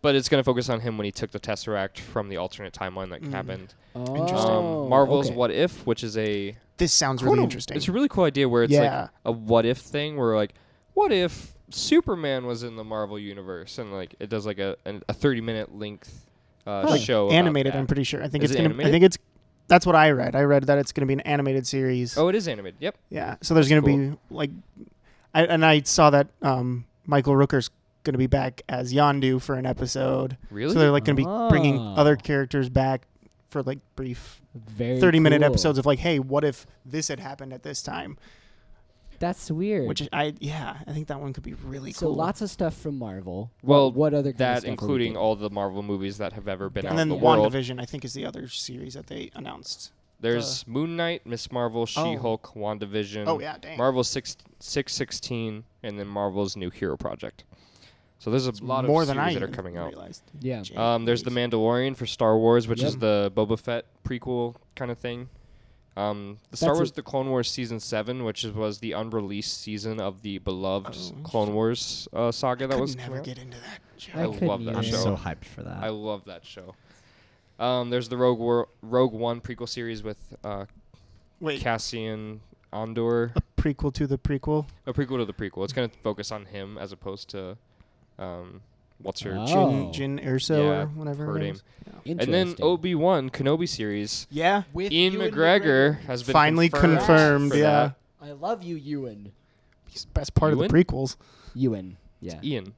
S2: but it's going to focus on him when he took the Tesseract from the alternate timeline that
S4: Mm.
S2: happened.
S4: Interesting.
S1: Oh,
S2: Um, Marvel's
S1: okay.
S2: What If, which is a
S4: This sounds really
S2: Kinda-
S4: interesting.
S2: It's a really cool idea where it's
S4: Yeah.
S2: like a what if thing where like what if Superman was in the Marvel universe and like it does like a an, a 30 minute length uh,
S4: Like,
S2: show about
S4: animated.
S2: that.
S4: I'm pretty sure. I think
S2: Is
S4: it's
S2: it
S4: gonna. I
S2: animated?
S4: think it's. That's what I read. I read that it's gonna be an animated series.
S2: Oh, it is animated. Yep.
S4: Yeah. So there's gonna
S2: Cool.
S4: be like, I, and I saw that um, Michael Rooker's gonna be back as Yondu for an episode.
S2: Really? Ah.
S4: So they're like gonna be bringing
S1: Oh.
S4: other characters back for like brief
S1: Very
S4: 30 minute
S1: cool.
S4: episodes of like, hey, what if this had happened at this time?
S1: That's weird.
S4: Which I yeah, I think that one could be really
S1: so
S4: cool.
S1: lots of stuff from Marvel.
S2: well,
S1: what, what other kind of
S2: that
S1: stuff are we
S2: including
S1: getting?
S2: all the Marvel movies that have ever been
S1: And
S2: out
S4: and then
S2: in the world.
S4: WandaVision, I think, is the other series that they announced.
S2: There's Moon Knight, Miss Marvel, She-Hulk, WandaVision,
S4: Oh yeah, dang.
S2: Marvel 6 616 and then Marvel's new hero project. So there's a lot
S4: More
S2: of
S4: than
S2: series
S4: I
S2: that are
S4: even
S2: coming out.
S4: Realized.
S1: Yeah.
S4: Jeez.
S2: Um, there's the Mandalorian for Star Wars, which is
S1: Yep.
S2: the Boba Fett prequel kind of thing. Um, the Star
S1: That's
S2: Wars:
S1: a-
S2: The Clone Wars season seven, which is, was the unreleased season of the beloved
S4: Oh,
S2: Clone Wars uh, saga that
S4: Could
S2: was.
S4: never
S2: coming out.
S4: get into that. show.
S2: I
S1: I couldn't
S2: love that
S3: I'm
S1: either.
S2: show.
S3: so hyped for that.
S2: I love that show. Um, there's the Rogue War- Rogue One prequel series with uh,
S4: Wait,
S2: Cassian Andor.
S4: a prequel to the prequel.
S2: a prequel to the prequel. It's gonna focus on him as opposed to, um, what's her?
S1: Wow.
S2: ch-
S1: Oh.
S4: Jin, Jin Erso
S2: Yeah,
S4: or whatever.
S2: her
S4: her
S2: name.
S4: is.
S2: And then oh,
S1: Interesting.
S2: Obi Wan Kenobi series.
S4: Yeah.
S1: With
S2: Ian
S1: Ewan
S2: McGregor has been
S4: Finally confirmed,
S2: for
S4: yeah.
S2: that.
S1: I love you, Ewan.
S4: He's the best part of the
S2: Ewan?
S4: prequels.
S1: Ewan. Yeah.
S2: Ian.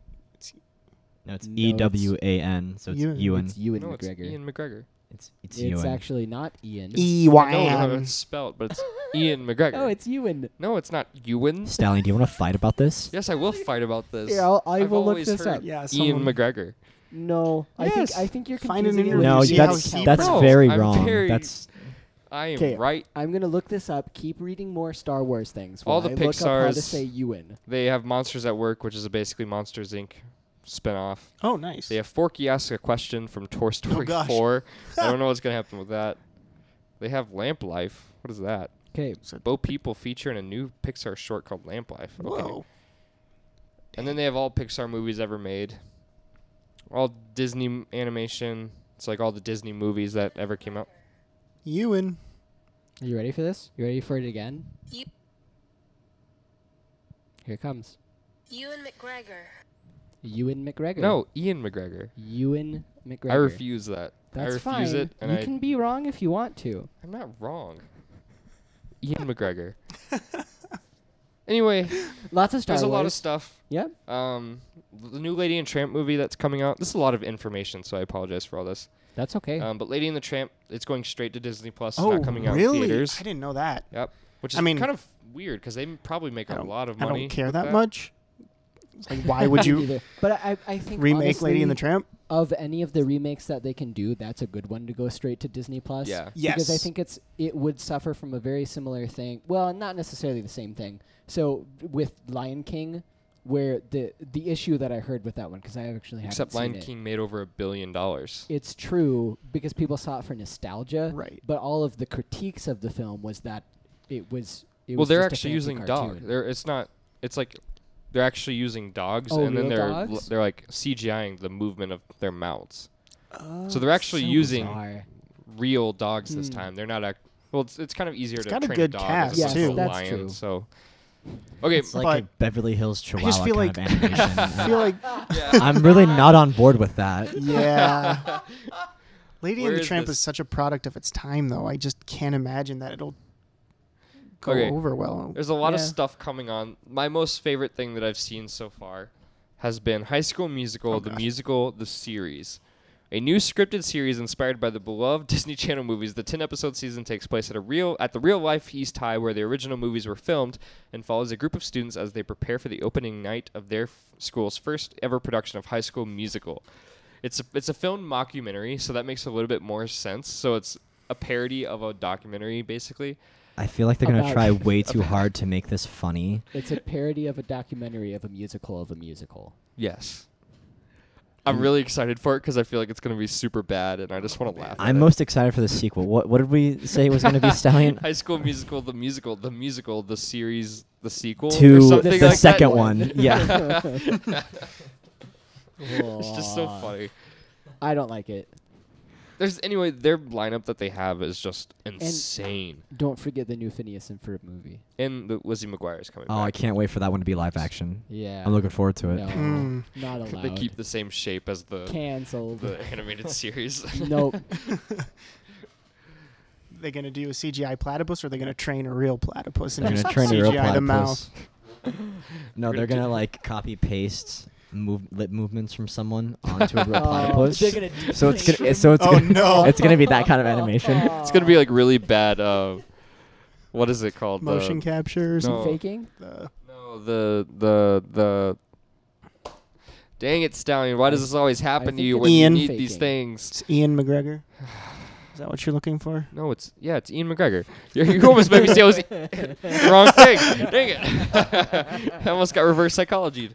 S3: No, it's
S1: No,
S3: E W A N, so it's
S4: Ewan.
S3: Ewan.
S1: It's Ewan
S2: no, it's
S1: McGregor.
S2: Ian McGregor.
S3: It's
S1: It's
S3: it's Ewan.
S1: actually not Ian.
S4: E-
S1: [laughs]
S2: I know how
S4: Ewan.
S2: it's spelled, but it's Ian McGregor.
S1: Oh, it's Ewan.
S2: no, it's not Ewan.
S3: Stallion, do you want to fight
S2: [laughs]
S3: about this?
S2: Yes, I will fight about this.
S1: Yeah, I'll- I
S2: I've
S1: will look
S2: always
S1: this
S2: heard
S1: up.
S4: Yeah,
S2: Ian
S4: someone-
S2: McGregor.
S1: No, I think
S4: Yes.
S1: I think you're
S4: Find an
S1: confusing it with
S4: interview,
S3: No,
S4: you
S1: Ian
S4: see how
S3: that's
S4: he
S1: McKellen.
S3: that's
S2: No,
S3: very
S2: I'm
S3: wrong.
S2: very-
S3: That's
S2: I am
S1: 'Kay.
S2: right.
S1: I'm gonna look this up. Keep reading more Star Wars things.
S2: All
S1: while
S2: the
S1: I look up how to
S2: Pixars-
S1: say Ewan.
S2: They have Monsters at Work, which is a basically Monsters Inc. spinoff.
S4: Oh, nice.
S2: They have Forky ask a question from Toy Story
S4: Oh, gosh.
S2: 4. I
S4: [laughs]
S2: don't know what's gonna happen with that. They have Lamp Life. What is that?
S1: Okay,
S2: Bo People feature in a new Pixar short called Lamp Life. Okay.
S4: Whoa.
S2: And then they have all Pixar movies ever made, all Disney m- animation. It's like all the Disney movies that ever came out.
S4: Ewan.
S1: are you ready for this? You ready for it again?
S5: Yep.
S1: Here it comes.
S5: Ewan McGregor.
S1: Ewan McGregor.
S2: No, Ian McGregor.
S1: Ewan McGregor.
S2: I refuse that. I
S1: That's
S2: refuse
S1: fine.
S2: it, and
S1: you
S2: I,
S1: can be wrong if you want to.
S2: I'm not
S4: [laughs]
S2: wrong. Ian McGregor. anyway,
S1: Lots of Star
S2: there's a
S1: Wars.
S2: lot of stuff.
S1: Yep.
S2: Um, the new Lady and Tramp movie that's coming out. This is a lot of information, so I apologize for all this.
S1: That's okay. [laughs]
S2: Um, but Lady and the Tramp, it's going straight to Disney Plus. It's
S4: Oh,
S2: not coming out
S4: really?
S2: in theaters.
S4: I didn't know that.
S2: Yep. Which is
S4: I mean-
S2: kind of weird because they m- probably make
S4: I
S2: a
S4: don't-
S2: lot of
S4: I
S2: money.
S4: don't care
S2: with
S4: that, much. It's like, why
S2: [laughs]
S4: would you
S1: Either. [laughs] But I, I think
S4: remake Lady and the
S1: honestly,
S4: Tramp?
S1: of any of the remakes that they can do, that's a good one to go straight to Disney Plus.
S2: Yeah.
S1: Because I
S4: Yes.
S1: think it's it would suffer from a very similar thing. Well, not necessarily the same thing. So with Lion King, where the the issue that I heard with that one, because I actually haven't
S2: Except
S1: seen
S2: Lion
S1: it.
S2: King made over a billion dollars.
S1: It's true because people saw it for nostalgia.
S4: Right.
S1: But all of the critiques of the film was that it was. It
S2: Well,
S1: was
S2: they're
S1: just a
S2: actually
S1: fancy
S2: using dog.
S1: cartoon.
S2: They're, it's not. It's like they're actually using dogs,
S1: Oh,
S2: and then
S1: real
S2: they're
S1: dogs?
S2: they're like CGIing the movement of their mouths.
S4: Oh,
S2: so they're actually using
S1: bizarre.
S2: real dogs this
S1: Hmm.
S2: time. They're not ac well. It's, it's kind of easier
S4: It's
S2: to
S4: got a
S2: train
S4: good
S2: dog
S4: cast,
S2: as opposed
S4: too.
S2: to a
S1: That's
S2: lion.
S1: true.
S2: So okay,
S3: it's like a Beverly Hills Chihuahua kind
S4: feel like-
S3: of animation.
S4: I feel like,
S3: I'm really not on board with that.
S2: [laughs]
S4: yeah. Lady
S2: Where
S4: and
S2: is
S4: the Tramp
S2: this?
S4: is such a product of its time, though. I just can't imagine that it'll go
S2: Okay.
S4: over well.
S2: There's a lot of
S1: Yeah.
S2: stuff coming on. My most favorite thing that I've seen so far has been High School Musical, the musical, the series. A new scripted series inspired by the beloved [laughs] Disney Channel movies. The 10-episode season takes place at a real at the real-life East High where the original movies were filmed and follows a group of students as they prepare for the opening night of their f- school's first ever production of High School Musical. It's a, it's a film mockumentary, so that makes a little bit more sense. So it's a parody of a documentary basically.
S3: I feel like they're gonna
S1: About-
S3: try way too hard to make this funny.
S1: It's a parody of a documentary of a musical of a musical.
S2: Yes. I'm really excited for it because I feel like it's going to be super bad and I just want to laugh. at
S3: I'm
S2: it.
S3: most excited for the sequel. What what did we say it was
S2: [laughs]
S3: gonna be, Stallion?
S2: High School Musical, the musical, the musical, the series, the sequel.
S3: To
S2: or something
S3: the
S2: like that. [laughs]
S3: second one. Yeah.
S2: [laughs] It's just so funny.
S1: I don't like it.
S2: There's anyway, their lineup that they have is just insane.
S1: Don't forget the new Phineas and Ferb movie.
S2: And, the Lizzie McGuire is coming
S3: Oh, I
S2: back.
S3: can't wait for that one to be live action.
S1: Yeah.
S3: I'm looking forward to it.
S1: No,
S4: Mm.
S1: not allowed.
S2: They keep the same shape as the
S1: canceled.
S2: the
S3: [laughs]
S2: animated series.
S1: [laughs]
S2: [laughs]
S1: nope.
S4: They're gonna do a CGI platypus, or they're gonna train a real platypus and
S3: They're
S4: just
S3: gonna train a real
S4: CGI the mouth.
S3: platypus. [laughs] No,
S2: We're
S3: they're
S2: gonna
S3: gonna
S2: do-
S3: like copy paste move lip movements from someone
S1: [laughs]
S3: onto a real
S1: Oh,
S3: platypus.
S1: they're gonna do
S3: [laughs] so it's
S1: things
S3: gonna so it's
S4: Oh,
S3: gonna,
S4: no.
S3: it's gonna be that kind of animation.
S2: it's gonna be like really bad. Uh, what is it called? The-
S4: Motion capture.
S2: No.
S1: faking.
S4: The,
S2: No, the the the. Dang it, Stallion! Why does this always happen to
S1: think
S2: you
S1: it's
S2: when
S4: Ian.
S2: you need these
S1: faking.
S2: things?
S4: it's Ian McGregor. Is that what you're looking for?
S2: No, it's yeah, it's Ian McGregor. You're- You almost made me say
S1: [laughs]
S2: it was I- wrong thing. Dang it! [laughs] I almost got reverse psychology.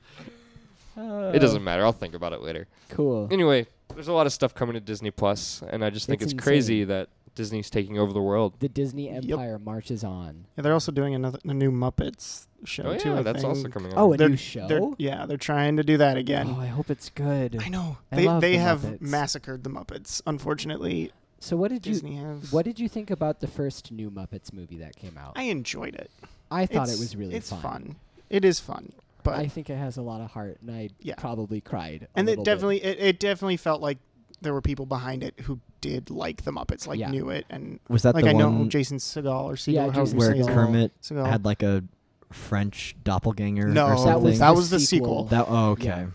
S2: It
S1: Uh.
S2: doesn't matter. I'll think about it later.
S1: Cool.
S2: Anyway, there's a lot of stuff coming to Disney Plus, and I just think it's,
S1: It's
S2: crazy
S1: insane.
S2: that Disney's taking over the world.
S1: The Disney
S4: Yep.
S1: Empire marches on.
S4: Yeah, they're also doing another a new Muppets show
S2: Oh
S4: too.
S2: yeah,
S4: I
S2: that's also
S4: think.
S2: coming out.
S1: Oh, a
S4: They're-
S1: new
S4: They're,
S1: show.
S4: yeah, they're trying to do that again.
S1: Oh, I hope it's good.
S4: I know.
S1: I
S4: they
S1: love
S4: they
S1: the
S4: have
S1: Muppets.
S4: massacred the Muppets, unfortunately.
S1: So what did you
S4: Disney have
S1: what did you think about the first new Muppets movie that came out?
S4: I enjoyed it.
S1: I thought
S4: It's-
S1: it was really
S4: it's
S1: fun.
S4: It is fun, but
S1: I think it has a lot of heart, and I
S4: Yeah.
S1: probably cried. a
S4: and it
S1: little bit.
S4: definitely it, it definitely felt like there were people behind it who did like the Muppets, like
S1: Yeah.
S4: knew it, and
S3: Was that
S4: like
S3: the
S4: I know
S3: one
S4: Jason Segal or Segal,
S1: Yeah,
S4: however
S1: Jason
S4: you
S3: where
S4: say his
S1: Segel.
S4: name.
S3: Kermit
S4: Segel.
S3: had like a French doppelganger or
S4: no,
S3: something?
S1: That was
S4: that
S1: the
S4: was the
S1: sequel.
S4: sequel.
S3: That- oh, okay.
S1: Yeah.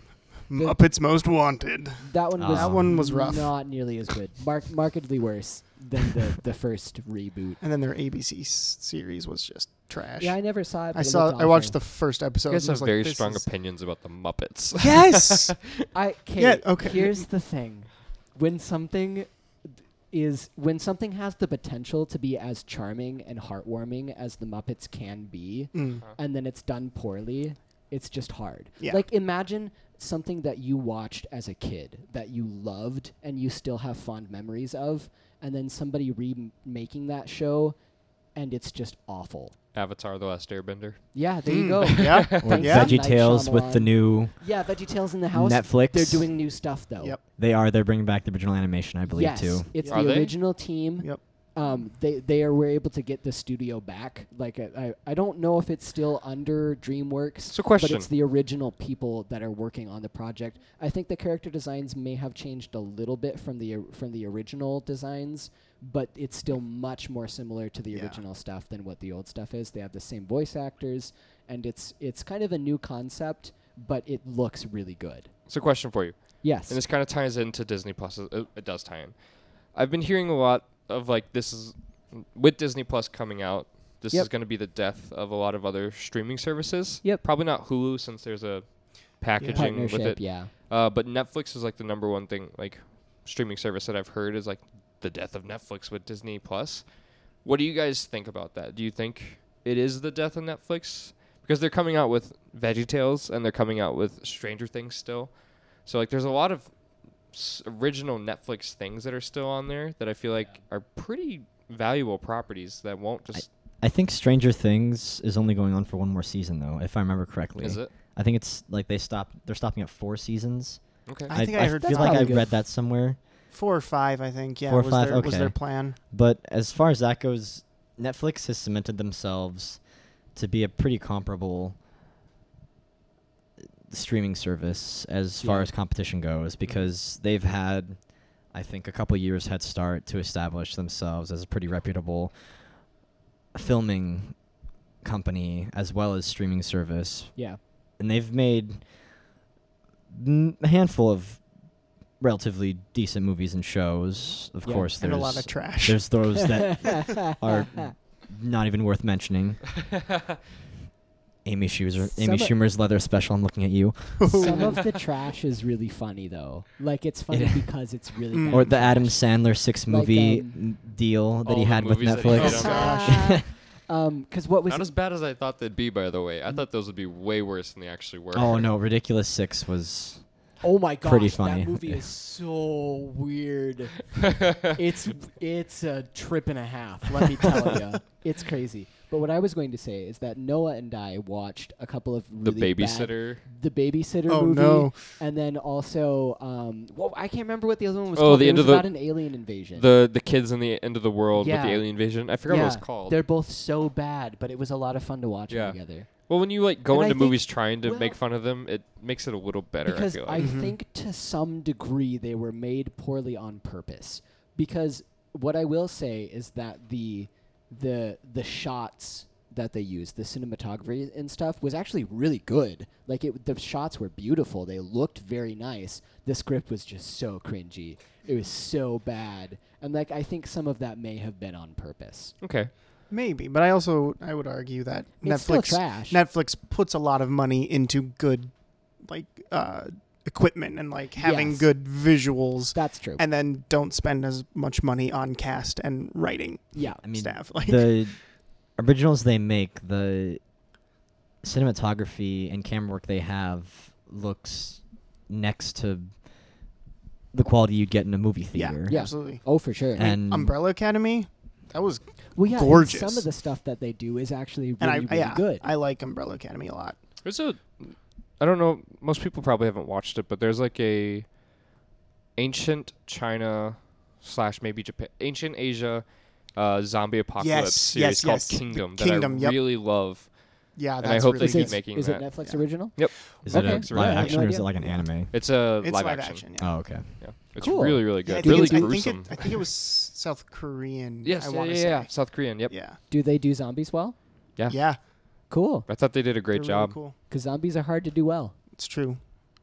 S4: Muppets Most Wanted.
S1: That one was
S3: That
S4: one was rough.
S1: Not nearly as good. Mark markedly worse than the the first reboot.
S4: And then their ABC s- series was just trash.
S1: Yeah, I never saw it. But
S4: I
S1: it
S4: saw.
S1: looked
S4: I watched
S1: awful.
S4: the first episode.
S2: You guys
S4: and I
S2: have
S4: was like,
S2: very
S4: "This
S2: strong
S4: is-
S2: opinions about the Muppets. [laughs]
S4: Yes.
S1: I okay,
S4: Yeah, okay.
S1: Here's the thing: when something is when something has the potential to be as charming and heartwarming as the Muppets can be,
S4: Mm.
S1: and then it's done poorly, it's just hard.
S4: Yeah.
S1: Like imagine something that you watched as a kid that you loved and you still have fond memories of, and then somebody remaking that show, and it's just awful.
S2: Avatar: The Last Airbender.
S1: Yeah, there
S4: Mm.
S1: you go.
S4: [laughs]
S1: [laughs]
S4: Yeah.
S3: Or
S1: Yeah.
S3: Veggie Tales with the
S1: Shyamalan.
S3: new
S1: yeah, VeggieTales in the house.
S3: Netflix.
S1: They're doing new stuff though.
S4: Yep.
S3: They are. They're bringing back the original animation, I believe,
S1: yes,
S3: too.
S1: It's
S2: Are
S1: the
S2: they?
S1: original team.
S4: Yep.
S1: Um, they they are were able to get the studio back. Like I, I, I don't know if it's still under DreamWorks.
S2: So question.
S1: But it's the original people that are working on the project. I think the character designs may have changed a little bit from the or- from the original designs, but it's still much more similar to the
S4: Yeah.
S1: original stuff than what the old stuff is. They have the same voice actors, and it's it's kind of a new concept, but it looks really good.
S2: So, question for you,
S1: Yes.
S2: and this kind of ties into Disney Plus. uh, It, does tie in. I've been hearing a lot of like this is with Disney Plus coming out. This
S1: Yep.
S2: is going to be the death of a lot of other streaming services.
S1: Yep.
S2: Probably not Hulu since there's a packaging with
S1: Partnership,
S2: it.
S1: yeah.
S2: Uh, but Netflix is like the number one thing, like streaming service that I've heard is like the death of Netflix with Disney Plus. What do you guys think about that? Do you think it is the death of Netflix? Because they're coming out with VeggieTales and they're coming out with Stranger Things still. So like, there's a lot of s- original Netflix things that are still on there that I feel like are pretty valuable properties that won't just
S3: I think Stranger Things is only going on for one more season, though, if I remember correctly.
S2: is it
S3: I think it's like they stop. They're stopping at four seasons.
S2: okay. [laughs]
S4: I think I heard
S3: feel
S1: four.
S3: like I
S1: Probably good.
S3: read that somewhere.
S4: Four or five, I think. Yeah,
S3: Four or
S4: was
S3: five,
S4: their was
S3: okay.
S4: their plan.
S3: But as far as that goes, Netflix has cemented themselves to be a pretty comparable uh, streaming service as far
S1: Yeah.
S3: as competition goes because they've had I think a couple years head start to establish themselves as a pretty reputable filming company as well as streaming service
S1: Yeah.
S3: and they've made n- a handful of relatively decent movies and shows. Of
S1: Yeah,
S3: course,
S4: and
S3: there's
S4: a lot of trash.
S3: There's those
S4: [laughs]
S3: that
S1: [laughs]
S3: are not even worth mentioning. Amy Schumer, Amy
S1: Some-
S3: Schumer's leather special. I'm looking at you.
S1: Some of
S2: [laughs]
S1: the trash is really funny though. Like it's funny
S3: Yeah.
S1: because it's really
S4: Mm.
S1: bad
S3: Or the Adam
S1: trash.
S3: Sandler six
S1: Like,
S3: movie
S1: um,
S3: n- deal that
S2: all
S3: he
S2: the
S3: had with
S2: movies that he made
S4: Oh,
S2: on
S3: Netflix.
S2: there.
S4: gosh.
S1: um, because what was Mm-hmm. it-
S2: Not as bad as I thought they'd be, by the way. I thought those would be way worse than they actually were.
S3: [laughs] Oh no, ridiculous six was
S1: Oh my gosh,
S3: Pretty funny.
S1: that movie is so
S2: [laughs]
S1: weird. it's it's a trip and a half, let me tell
S2: [laughs]
S1: you. It's crazy. But what I was going to say is that Noah and I watched a couple of
S2: the
S1: really bad-
S2: babysitter.
S1: the babysitter
S4: Oh,
S1: movie,
S4: no.
S1: and then also um, well, I can't remember what the other one was
S2: Oh,
S1: called.
S2: the
S1: it
S2: end
S1: was
S2: of the-
S1: about an alien invasion.
S2: The the kids in the end of the world with
S1: Yeah.
S2: the alien invasion. I forgot
S1: yeah,
S2: what it was called.
S1: They're both so bad, but it was a lot of fun to watch
S2: Yeah.
S1: them together.
S2: well, when you like go
S1: and I
S2: into
S1: think-
S2: movies trying to make
S1: well-
S2: fun of them, it makes it a little better.
S1: Because
S2: I feel
S1: I
S2: like.
S4: Mhm.
S1: think to some degree they were made poorly on purpose. Because what I will say is that the the the shots that they used, the cinematography and stuff, was actually really good. Like it, the shots were beautiful. They looked very nice. The script was just so cringy. It was so bad. And like I think some of that may have been on purpose.
S2: okay.
S4: [laughs] Maybe, but I also I would argue that
S1: It's still
S4: Netflix
S1: trash.
S4: Netflix puts a lot of money into good like uh equipment and like having
S1: Yes.
S4: good visuals
S1: That's true.
S4: and then don't spend as much money on cast and writing
S1: yeah.
S3: I mean
S4: staff. [laughs] Like
S3: the originals they make, the cinematography and camera work they have looks next to the quality you'd get in a movie
S4: yeah,
S3: theater. Mm.
S1: Yeah.
S4: absolutely.
S1: Oh, for sure.
S3: And
S4: Umbrella Academy, that was
S1: Well, yeah, and
S4: gorgeous.
S1: some of the stuff that they do is actually really,
S4: and I
S1: really
S4: yeah,
S1: good.
S4: I like Umbrella Academy a lot.
S2: There's a. I don't know. Most people probably haven't watched it, but there's like a ancient China slash maybe Japan, ancient Asia uh, zombie apocalypse
S4: Yes,
S2: series
S4: yes,
S2: called
S4: yes. The
S2: Kingdom,
S4: Kingdom,
S2: that I
S4: yep.
S2: really love.
S4: Yeah,
S2: And
S4: that's
S2: I hope they
S4: really
S1: is
S2: keep
S1: it,
S4: good.
S2: making
S1: is it
S2: that.
S1: Netflix
S4: Yeah.
S1: original?
S2: Yep,
S6: Is it
S1: Okay.
S6: a
S1: Yeah, I
S6: live
S1: have
S6: action
S1: no
S6: or is it
S1: idea.
S6: like an anime?
S2: it's a
S4: It's
S2: live, action.
S4: yeah.
S6: Oh, okay.
S2: Yeah, it's
S1: Cool.
S2: really really
S4: Yeah,
S2: good,
S4: I think
S2: really
S4: it's- I think,
S2: gruesome.
S4: it, I think it was South Korean.
S2: yes,
S4: I
S2: yeah,
S4: want
S2: yeah,
S4: to
S2: yeah,
S4: say.
S2: South Korean. Yep.
S4: Yeah,
S1: Do they do zombies well?
S2: Yeah.
S4: yeah.
S1: Cool,
S2: I thought they did a
S4: they're
S2: great
S4: really
S2: job.
S4: cool.
S1: because zombies are hard to do well.
S4: It's true.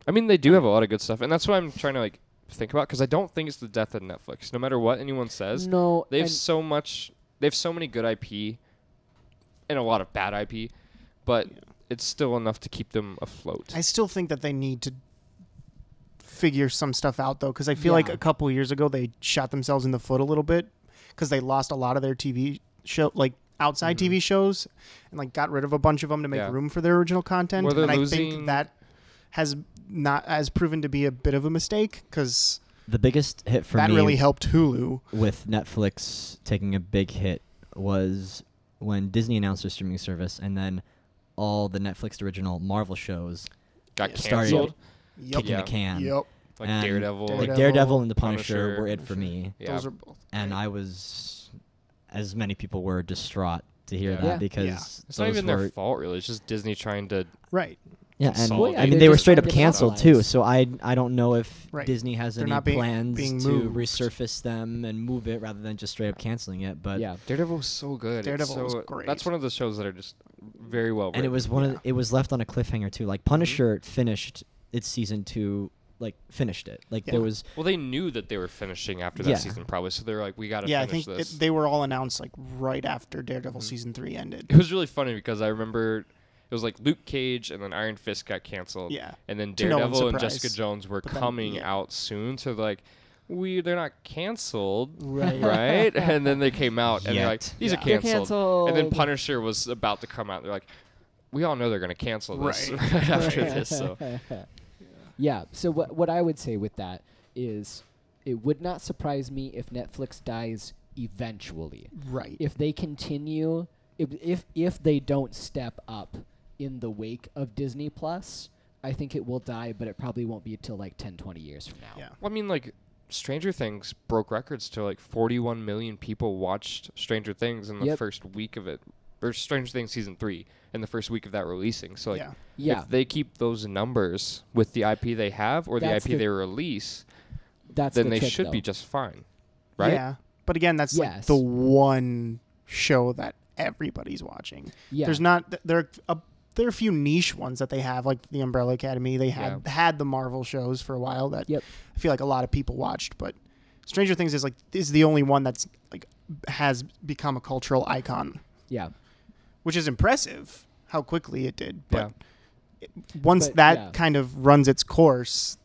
S2: I mean, they do have a lot of good stuff, and that's what I'm trying to like think about because I don't think it's the death of Netflix. No matter what anyone says,
S1: No,
S2: they've
S1: and-
S2: so much, they have so many good IP, and a lot of bad IP, but it's still enough to keep them afloat.
S4: I still think that they need to figure some stuff out though, because I feel like
S1: Yeah.
S4: a couple years ago they shot themselves in the foot a little bit because they lost a lot of their TV show, like outside TV shows, and like got rid of a bunch of them to make
S2: Mm-hmm. Yeah.
S4: room for their original content.
S2: Well, they're
S4: and I
S2: losing-
S4: think that has not has proven to be a bit of a mistake because
S3: The biggest hit for
S4: that
S3: me
S4: really helped Hulu.
S3: with Netflix taking a big hit was when Disney announced their streaming service, and then all the Netflix original Marvel shows
S2: Got
S3: started
S2: canceled,
S4: Yep.
S3: kicking
S2: Yeah.
S3: the can.
S4: Yep.
S2: like
S3: and
S2: Daredevil.
S3: Like
S4: Daredevil,
S3: Daredevil, and the Punisher,
S2: Punisher,
S3: were it for me,
S2: yeah.
S4: Those are both.
S3: and
S4: great.
S3: I was, as many people were, distraught to hear
S2: Yeah.
S3: that
S1: Yeah.
S3: because
S4: Yeah.
S2: it's not
S3: those
S2: even
S3: were
S2: their fault, really. It's just Disney trying to.
S4: right.
S3: yeah, and
S2: Well, yeah,
S3: I
S2: they're
S3: mean they were
S1: just
S3: straight up canceled
S1: underutilized.
S3: too. So I I don't know if
S4: Right.
S3: Disney has
S4: They're
S3: any
S4: not being-
S3: plans
S4: being
S3: to
S4: moved.
S3: resurface them and move it rather than just straight up canceling it. But
S1: yeah,
S2: Daredevil was so good. It's
S4: Daredevil was
S2: so-
S4: great.
S2: That's one of those shows that are just very well.
S3: and it
S2: written.
S3: was one of the, it was left on a cliffhanger too.
S4: Mm-hmm.
S3: Like Punisher finished its season two, like finished it. Like
S4: Yeah.
S3: there was
S2: Well, they knew that they were finishing after that
S3: Yeah.
S2: season, probably. So they're like, we got to
S4: Yeah, I
S2: finish
S4: think
S2: this. Mm-hmm.
S4: it, they were all announced like right after Daredevil season three ended.
S2: It was really funny because I remember it was like Luke Cage and then Iron Fist got canceled.
S4: Yeah.
S2: And then
S4: To no
S2: Daredevil
S4: one's
S2: and
S4: surprise.
S2: Jessica Jones were
S4: But then-
S2: coming
S4: yeah.
S2: out soon. So like, we they're not canceled,
S4: Right.
S2: [laughs] right? and then they came out and they're like,
S3: Yet.
S2: these are
S1: They're
S2: canceled. And then
S1: canceled.
S2: Punisher was about to come out. They're like, we all know they're gonna cancel this [laughs]
S4: Right.
S2: right, after this. So
S1: yeah. So what what I would say with that is, it would not surprise me if Netflix dies eventually.
S4: Right.
S1: If they continue, if if if they don't step up in the wake of Disney Plus, I think it will die, but it probably won't be until like 10, 20 years from now.
S4: Yeah.
S2: Well, I mean, like Stranger Things broke records to like 41 million people watched Stranger Things in the
S1: Yep.
S2: first week of it, or Stranger Things season three in the first week of that releasing. So like,
S4: Yeah.
S1: Yeah,
S2: if they keep those numbers with the IP they have or
S1: That's
S2: the
S1: the-
S2: IP they release,
S1: that's
S2: then
S1: the
S2: they
S1: trick,
S2: should be
S1: though.
S2: just fine, right?
S4: Yeah. But again, that's like
S1: Yes.
S4: the one show that everybody's watching.
S1: yeah.
S4: There's not th- there are a, there are a few niche ones that they have like the Umbrella Academy. They had had the Marvel shows for a while that
S1: Yep.
S4: I feel like a lot of people watched, but Stranger Things is like is the only one that's like has become a cultural icon,
S1: yeah.
S4: which is impressive how quickly it did, but
S2: Yeah.
S4: once
S1: But,
S4: that
S1: yeah.
S4: kind of runs its course,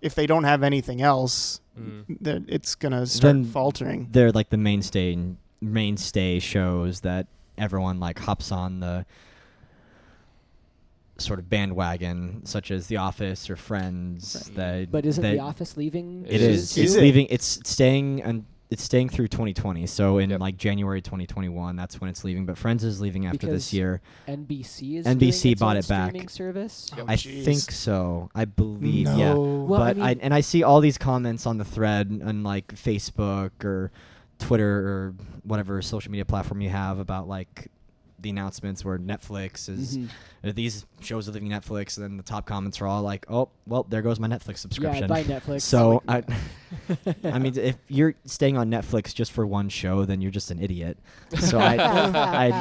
S4: if they don't have anything else,
S2: Mm.
S1: Mm-hmm.
S4: that it's gonna start
S3: Then-
S4: faltering.
S3: they're like the mainstay mainstay shows that everyone like hops on the sort of bandwagon, such as The Office or Friends.
S2: Right.
S3: That
S1: But isn't
S3: that
S1: The Office leaving?
S3: It
S2: Is it
S3: is.
S4: too?
S3: It's
S4: Is it?
S3: leaving. It's staying and it's staying through 2020. So in
S2: Yep.
S3: like January 2021, that's when it's leaving. But Friends is leaving after
S1: Because
S3: this year.
S1: NBC is
S3: NBC
S1: doing its
S3: bought
S1: own
S3: it back.
S1: Streaming service.
S4: Oh,
S3: I
S4: jeez.
S3: think so. I believe. Yeah.
S4: No.
S1: Well, I
S3: but I,
S1: mean-
S3: and I see all these comments on the thread and like Facebook or Twitter or whatever social media platform you have about like the announcements where Netflix is
S1: Mhm.
S3: uh, these shows are leaving Netflix and then the top comments are all like, "Oh, well, there goes my Netflix subscription."
S1: bye, Netflix.
S3: So I [laughs] I mean, if you're staying on Netflix just for one show, then you're just an idiot.
S1: [laughs]
S3: So I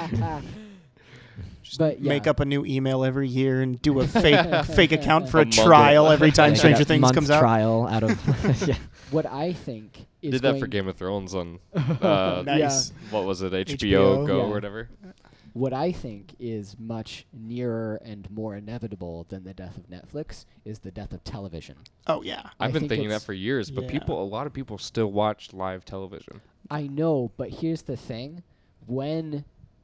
S3: I [laughs]
S1: but yeah.
S4: Make up a new email every year and
S1: [laughs]
S4: do a fake fake account for
S2: A
S4: a,
S2: month
S4: trial
S2: of-
S4: every time
S2: Like
S4: Stranger
S3: that
S4: Things
S3: month
S4: comes out.
S3: trial out of [laughs] yeah.
S1: what I think is
S2: Did that for
S1: going-
S2: Game of
S1: [laughs]
S2: Thrones on uh,
S4: Nice.
S2: what was it HBO,
S4: HBO?
S2: Go
S1: Yeah.
S2: or whatever?
S1: what I think is much nearer and more inevitable than the death of Netflix is the death of television.
S4: Oh yeah.
S1: I
S2: I've been
S1: think
S2: thinking that
S1: it's-
S2: for years, but
S4: yeah.
S2: people, a lot of people still watch live television.
S1: I know, but here's the thing: when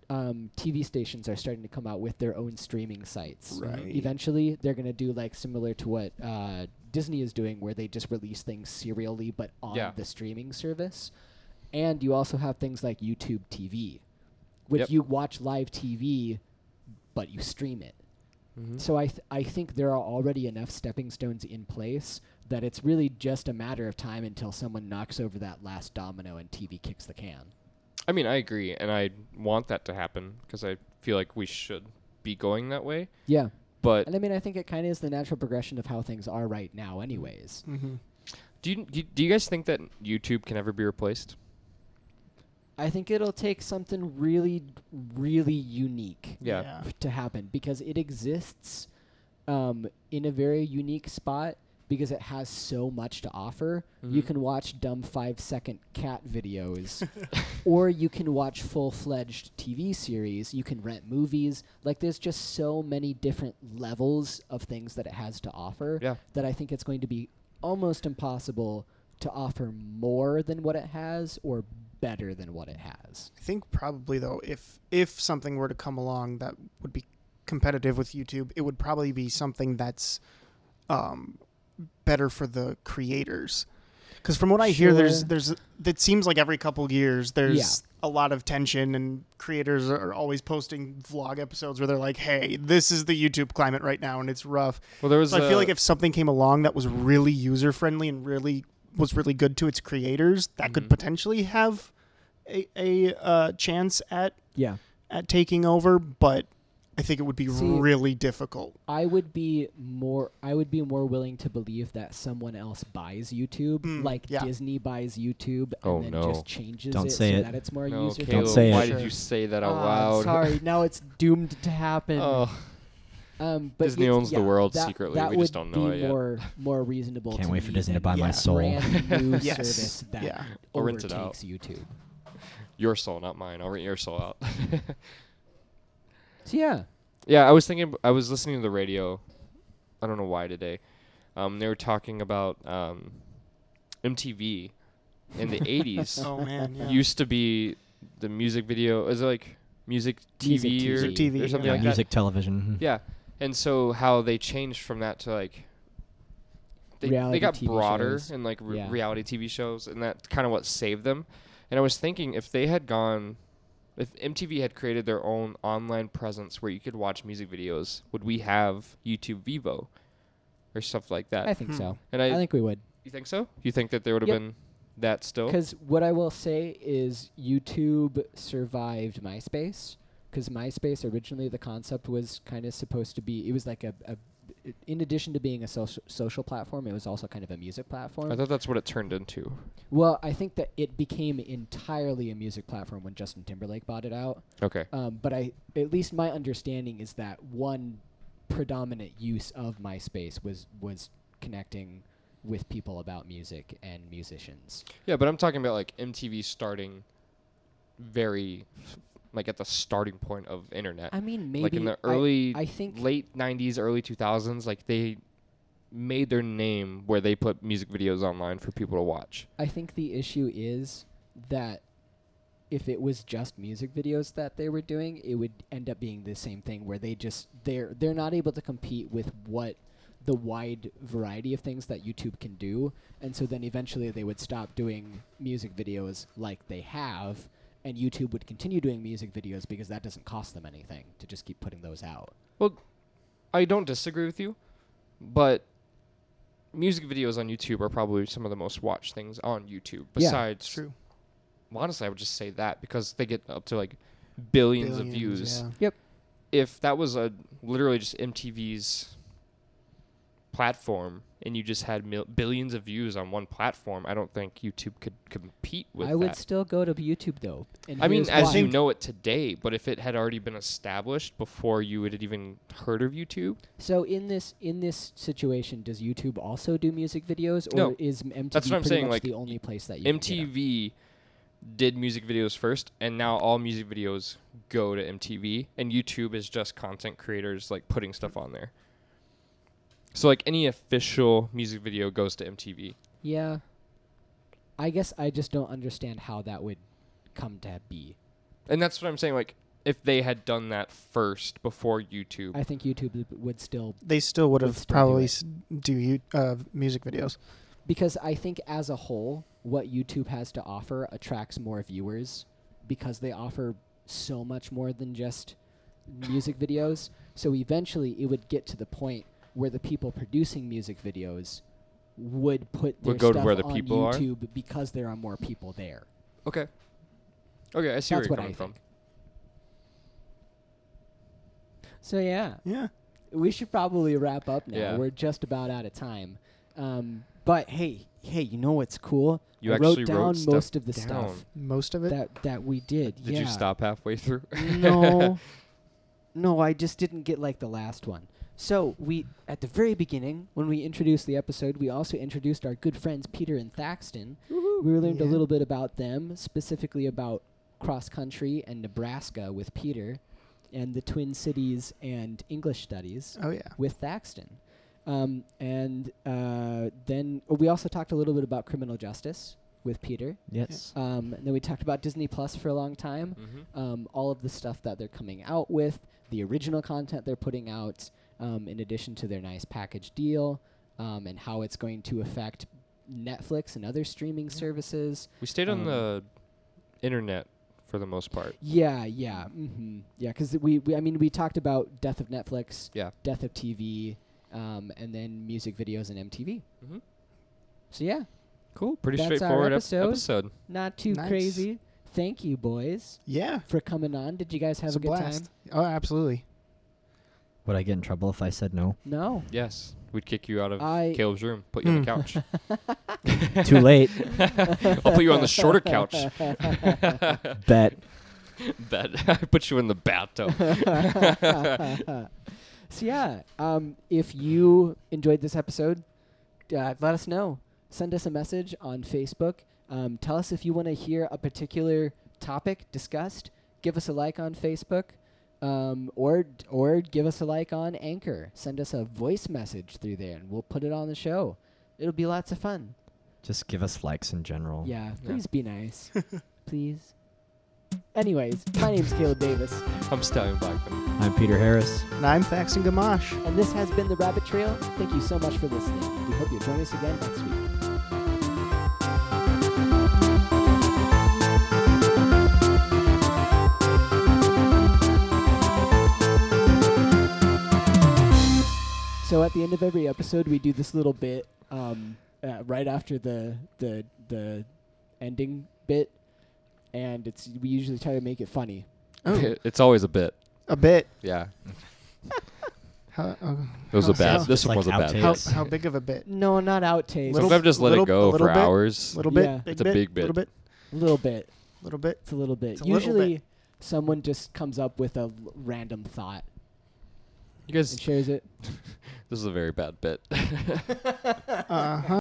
S1: um, TV stations are starting to come out with their own streaming sites,
S4: Right.
S1: eventually they're going to do like similar to what uh, Disney is doing, where they just release things serially but on
S2: Yeah.
S1: the streaming service. And you also have things like YouTube TV, which
S2: Yep.
S1: you watch live TV, but you stream it.
S2: Mhm.
S1: So I th- I think there are already enough stepping stones in place that it's really just a matter of time until someone knocks over that last domino and TV kicks the can.
S2: I mean, I agree, and I want that to happen because I feel like we should be going that way.
S1: Yeah.
S2: But
S1: And I mean, I think it kind of is the natural progression of how things are right now, anyways.
S4: Mm-hmm.
S1: [laughs]
S2: do you, do you- do you guys think that YouTube can ever be replaced?
S1: I think it'll take something really, really unique
S2: Yeah.
S1: to happen because it exists um, in a very unique spot because it has so much to offer. You
S2: Mhm.
S1: can watch dumb five second cat
S4: [laughs]
S1: videos, or you can watch full fledged TV series. You can rent movies. Like, there's just so many different levels of things that it has to offer
S2: Yeah.
S1: that I think it's going to be almost impossible to offer more than what it has or better than what it has.
S4: I think probably though, if if something were to come along that would be competitive with YouTube, it would probably be something that's um, better for the creators. Because from what I hear, there's
S1: Sure.
S4: there's it seems like every couple years there's a lot of tension, and creators are always posting vlog episodes where they're like, "Hey, this is the YouTube climate right now, and it's rough."
S2: Well, there was. uh,
S4: So I feel
S2: a-
S4: like if something came along that was really user friendly and really was really good to its creators, that
S2: Mhm.
S4: could potentially have a, a uh, chance at
S1: Yeah.
S4: at taking over. But I think it would be
S1: See-
S4: really difficult.
S1: I would be more I would be more willing to believe that someone else buys YouTube,
S2: Hmm.
S4: Mm,
S1: like
S4: yeah.
S1: Disney buys YouTube
S2: Oh,
S1: and then
S2: no.
S1: just changes
S3: Don't
S1: it
S3: say
S1: so
S3: it.
S1: that it's more
S2: no,
S1: user
S2: Caleb,
S3: Don't say
S2: why
S4: it.
S2: did
S4: Sure.
S2: you say that out
S1: Ah,
S2: loud? [laughs]
S1: sorry, now it's doomed to happen.
S2: oh,
S1: um, but
S2: Disney
S1: it's-
S2: owns the
S1: yeah,
S2: world
S1: that-
S2: secretly,
S1: That
S2: we
S1: would
S2: just don't know
S1: be
S2: it yet.
S1: more more reasonable.
S3: Can't
S1: to
S3: wait for
S1: me
S3: Disney to
S1: than
S3: buy my
S1: a
S3: soul.
S1: Brand
S3: [laughs]
S1: new
S4: Yes.
S1: service that
S4: Yeah.
S2: Or rent it
S1: overtakes
S2: out.
S1: YouTube.
S2: your soul, not mine. I'll rent your soul out. [laughs]
S1: So yeah,
S2: Yeah, I was thinking. I was listening to the radio. I don't know why today. Um, they were talking about um, MTV in
S1: [laughs]
S2: the '80s.
S4: [laughs] Oh man, yeah.
S2: Used to be the music video. Is it like music TV
S1: Music
S2: or,
S1: TV.
S4: TV,
S2: or something
S4: yeah.
S2: like
S3: music television. hmm,
S2: that? Yeah. And so how they changed from that to like. They, they
S1: Reality
S2: got
S1: TV
S2: broader
S1: shows.
S2: and like re-
S1: Yeah.
S2: reality TV shows, and that's kind of what saved them. And I was thinking if they had gone, if MTV had created their own online presence where you could watch music videos, would we have YouTube Vivo or stuff like that?
S1: I think
S4: Hmm.
S1: so.
S2: and I,
S1: I think we would.
S2: you think so? You think that there would have
S1: Yep.
S2: been that still?
S1: Because what I will say is YouTube survived MySpace. Because MySpace originally the concept was kind of supposed to be it was like a, a in addition to being a social social platform, it was also kind of a music platform.
S2: I thought that's what it turned into.
S1: well, I think that it became entirely a music platform when Justin Timberlake bought it out.
S2: Okay.
S1: Um, but I at least my understanding is that one predominant use of MySpace was was connecting with people about music and musicians.
S2: Yeah, but I'm talking about like MTV starting very like at the starting point of internet.
S1: I mean, maybe
S2: Uh, like in the
S1: I-
S2: early
S1: I think-
S2: late 90s early 2000s like they made their name where they put music videos online for people to watch.
S1: I think the issue is that if it was just music videos that they were doing, it would end up being the same thing where they just they're they're not able to compete with what the wide variety of things that YouTube can do, and so then eventually they would stop doing music videos like they have, and YouTube would continue doing music videos because that doesn't cost them anything to just keep putting those out.
S2: I don't disagree with you, but music videos on YouTube are probably some of the most watched things on YouTube
S1: Yeah,
S2: besides
S4: true.
S2: well, honestly I would just say that because they get up to like billions, of views.
S4: yeah.
S2: if that was a literally just MTV's platform and you just had mil- billions of views on one platform, I don't think YouTube could compete with
S1: I would
S2: that.
S1: still go to YouTube though. And
S2: I mean,
S1: here's
S2: as
S1: why.
S2: you know it today, but if it had already been established before you had even heard of YouTube,
S1: So in this in this situation, does YouTube also do music videos, or
S2: No.
S1: is m- MTV
S2: That's what I'm
S1: pretty
S2: saying,
S1: much
S2: like,
S1: the only place that you can get 'em?
S2: MTV did music videos first, and now all music videos go to MTV, and YouTube is just content creators like putting stuff on there. So like any official music video goes to MTV.
S1: Yeah, I guess I just don't understand how that would come to be.
S2: And that's what I'm saying. Like, if they had done that first before YouTube,
S1: I think YouTube w- would still
S4: They still would
S1: Would
S4: have
S1: still do
S4: probably
S1: it.
S4: s- do you uh, music videos.
S1: because I think as a whole, what YouTube has to offer attracts more viewers because they offer so much more than just music videos. So eventually, it would get to the point where the people producing music videos would put their
S2: Would go to
S1: stuff
S2: where the
S1: on
S2: people are?
S1: YouTube because there are more people there.
S2: okay, Okay, I see
S1: That's
S2: where
S1: what
S2: you're
S1: I
S2: coming from.
S1: think. So yeah,
S4: Yeah.
S1: we should probably wrap up now.
S2: Yeah.
S1: We're just about out of time. Um, but hey, hey, you know what's cool?
S2: You
S1: I
S2: actually
S1: wrote down
S2: wrote stuff
S1: most of the
S2: down.
S1: stuff
S4: Most of it.
S1: that that we did.
S2: Did
S1: yeah.
S2: you stop halfway through?
S1: no. No, I just didn't get like the last one. So we at the very beginning, when we introduced the episode, we also introduced our good friends Peter and Thaxton. We learned a
S4: Yeah.
S1: little bit about them, specifically about cross country and Nebraska with Peter, and the Twin Cities and English studies
S4: oh yeah.
S1: with Thaxton. Um, and uh, then we also talked a little bit about criminal justice with Peter.
S3: Yes.
S1: Um, and then we talked about Disney Plus for a long time
S2: mm-hmm.
S1: um, all of the stuff that they're coming out with, the original content they're putting out, um, in addition to their nice package deal, um, and how it's going to affect Netflix and other streaming services.
S2: We stayed on
S1: Um,
S2: the internet for the most part.
S1: Yeah, yeah, mm-hmm. yeah. Because we, we, I mean, we talked about death of Netflix,
S2: Yeah.
S1: death of TV, um, and then music videos and MTV.
S2: Mhm.
S1: So yeah,
S2: Cool. Pretty
S1: That's our
S2: straightforward ep-
S1: episode.
S2: episode.
S1: not too
S4: Nice.
S1: crazy. Thank you, boys,
S4: Yeah.
S1: for coming on. Did you guys have
S4: it's
S1: a good
S4: blast.
S1: time?
S4: Oh, absolutely.
S3: Would I get in trouble if I said no?
S1: No.
S2: Yes. We'd kick you out of
S1: I- Hmm.
S2: Caleb's room, put you on the couch.
S1: [laughs]
S3: Too late.
S2: [laughs] I'll put you on the
S1: [laughs]
S2: shorter couch. [laughs]
S3: Bet.
S2: Bet. [laughs] I put you in
S1: [laughs]
S2: the bathtub.
S1: so yeah, um, if you enjoyed this episode, uh, let us know. Send us a message on Facebook. Um, tell us if you want to hear a particular topic discussed. Give us a like on Facebook, um, or or give us a like on Anchor. Send us a voice message through there, and we'll put it on the show. It'll be lots of fun.
S3: Just give us likes in general.
S1: Yeah,
S2: Yeah.
S1: please be nice, please. Anyways, my name's Caleb Davis.
S2: I'm Stallion Blackman.
S3: I'm Peter Harris.
S4: And I'm Faxing Gamash.
S1: And this has been The Rabbit Trail. Thank you so much for listening. We hope you'll join us again next week. So at the end of every episode, we do this little bit um, uh, right after the the the ending bit, and it's we usually try to make it funny.
S2: [laughs]
S4: Oh,
S2: It's always a bit.
S4: a bit.
S2: Yeah.
S4: How, oh,
S2: It was a
S4: Oh,
S2: bad.
S4: so-
S2: This one
S3: Like
S2: was a bad.
S4: how,
S3: outtakes.
S2: bit.
S4: how big of a bit?
S1: No, not outtakes.
S4: Little-
S2: Sometimes just let
S4: little-
S2: it go
S4: little
S2: for
S4: bit.
S2: hours.
S4: Little bit.
S1: Yeah.
S4: Big
S2: It's a
S4: bit,
S2: big bit.
S4: Little bit.
S1: little bit.
S4: Little bit.
S1: It's a little bit.
S4: It's a little
S1: Usually, someone just comes up with a l- random thought and
S2: You guys,
S1: shares it.
S2: [laughs] this is a very bad bit.
S4: Uh huh.